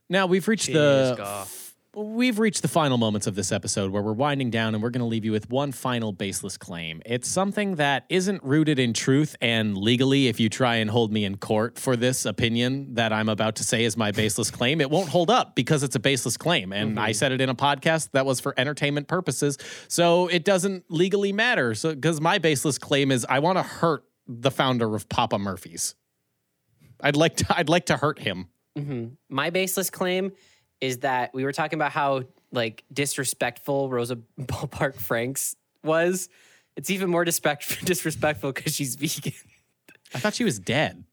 [SPEAKER 3] Now we've reached the
[SPEAKER 2] Jeez, Garth.
[SPEAKER 3] we've reached the final moments of this episode where we're winding down and we're going to leave you with one final baseless claim. It's something that isn't rooted in truth and legally if you try and hold me in court for this opinion that I'm about to say is my baseless claim, it won't hold up because it's a baseless claim and I said it in a podcast that was for entertainment purposes. So it doesn't legally matter. So cuz my baseless claim is I want to hurt the founder of Papa Murphy's. I'd like to I'd like to hurt him.
[SPEAKER 1] hmm My baseless claim is that we were talking about how like disrespectful Rosa Ballpark Franks was. It's even more disrespect- disrespectful because she's vegan.
[SPEAKER 3] I thought she was dead.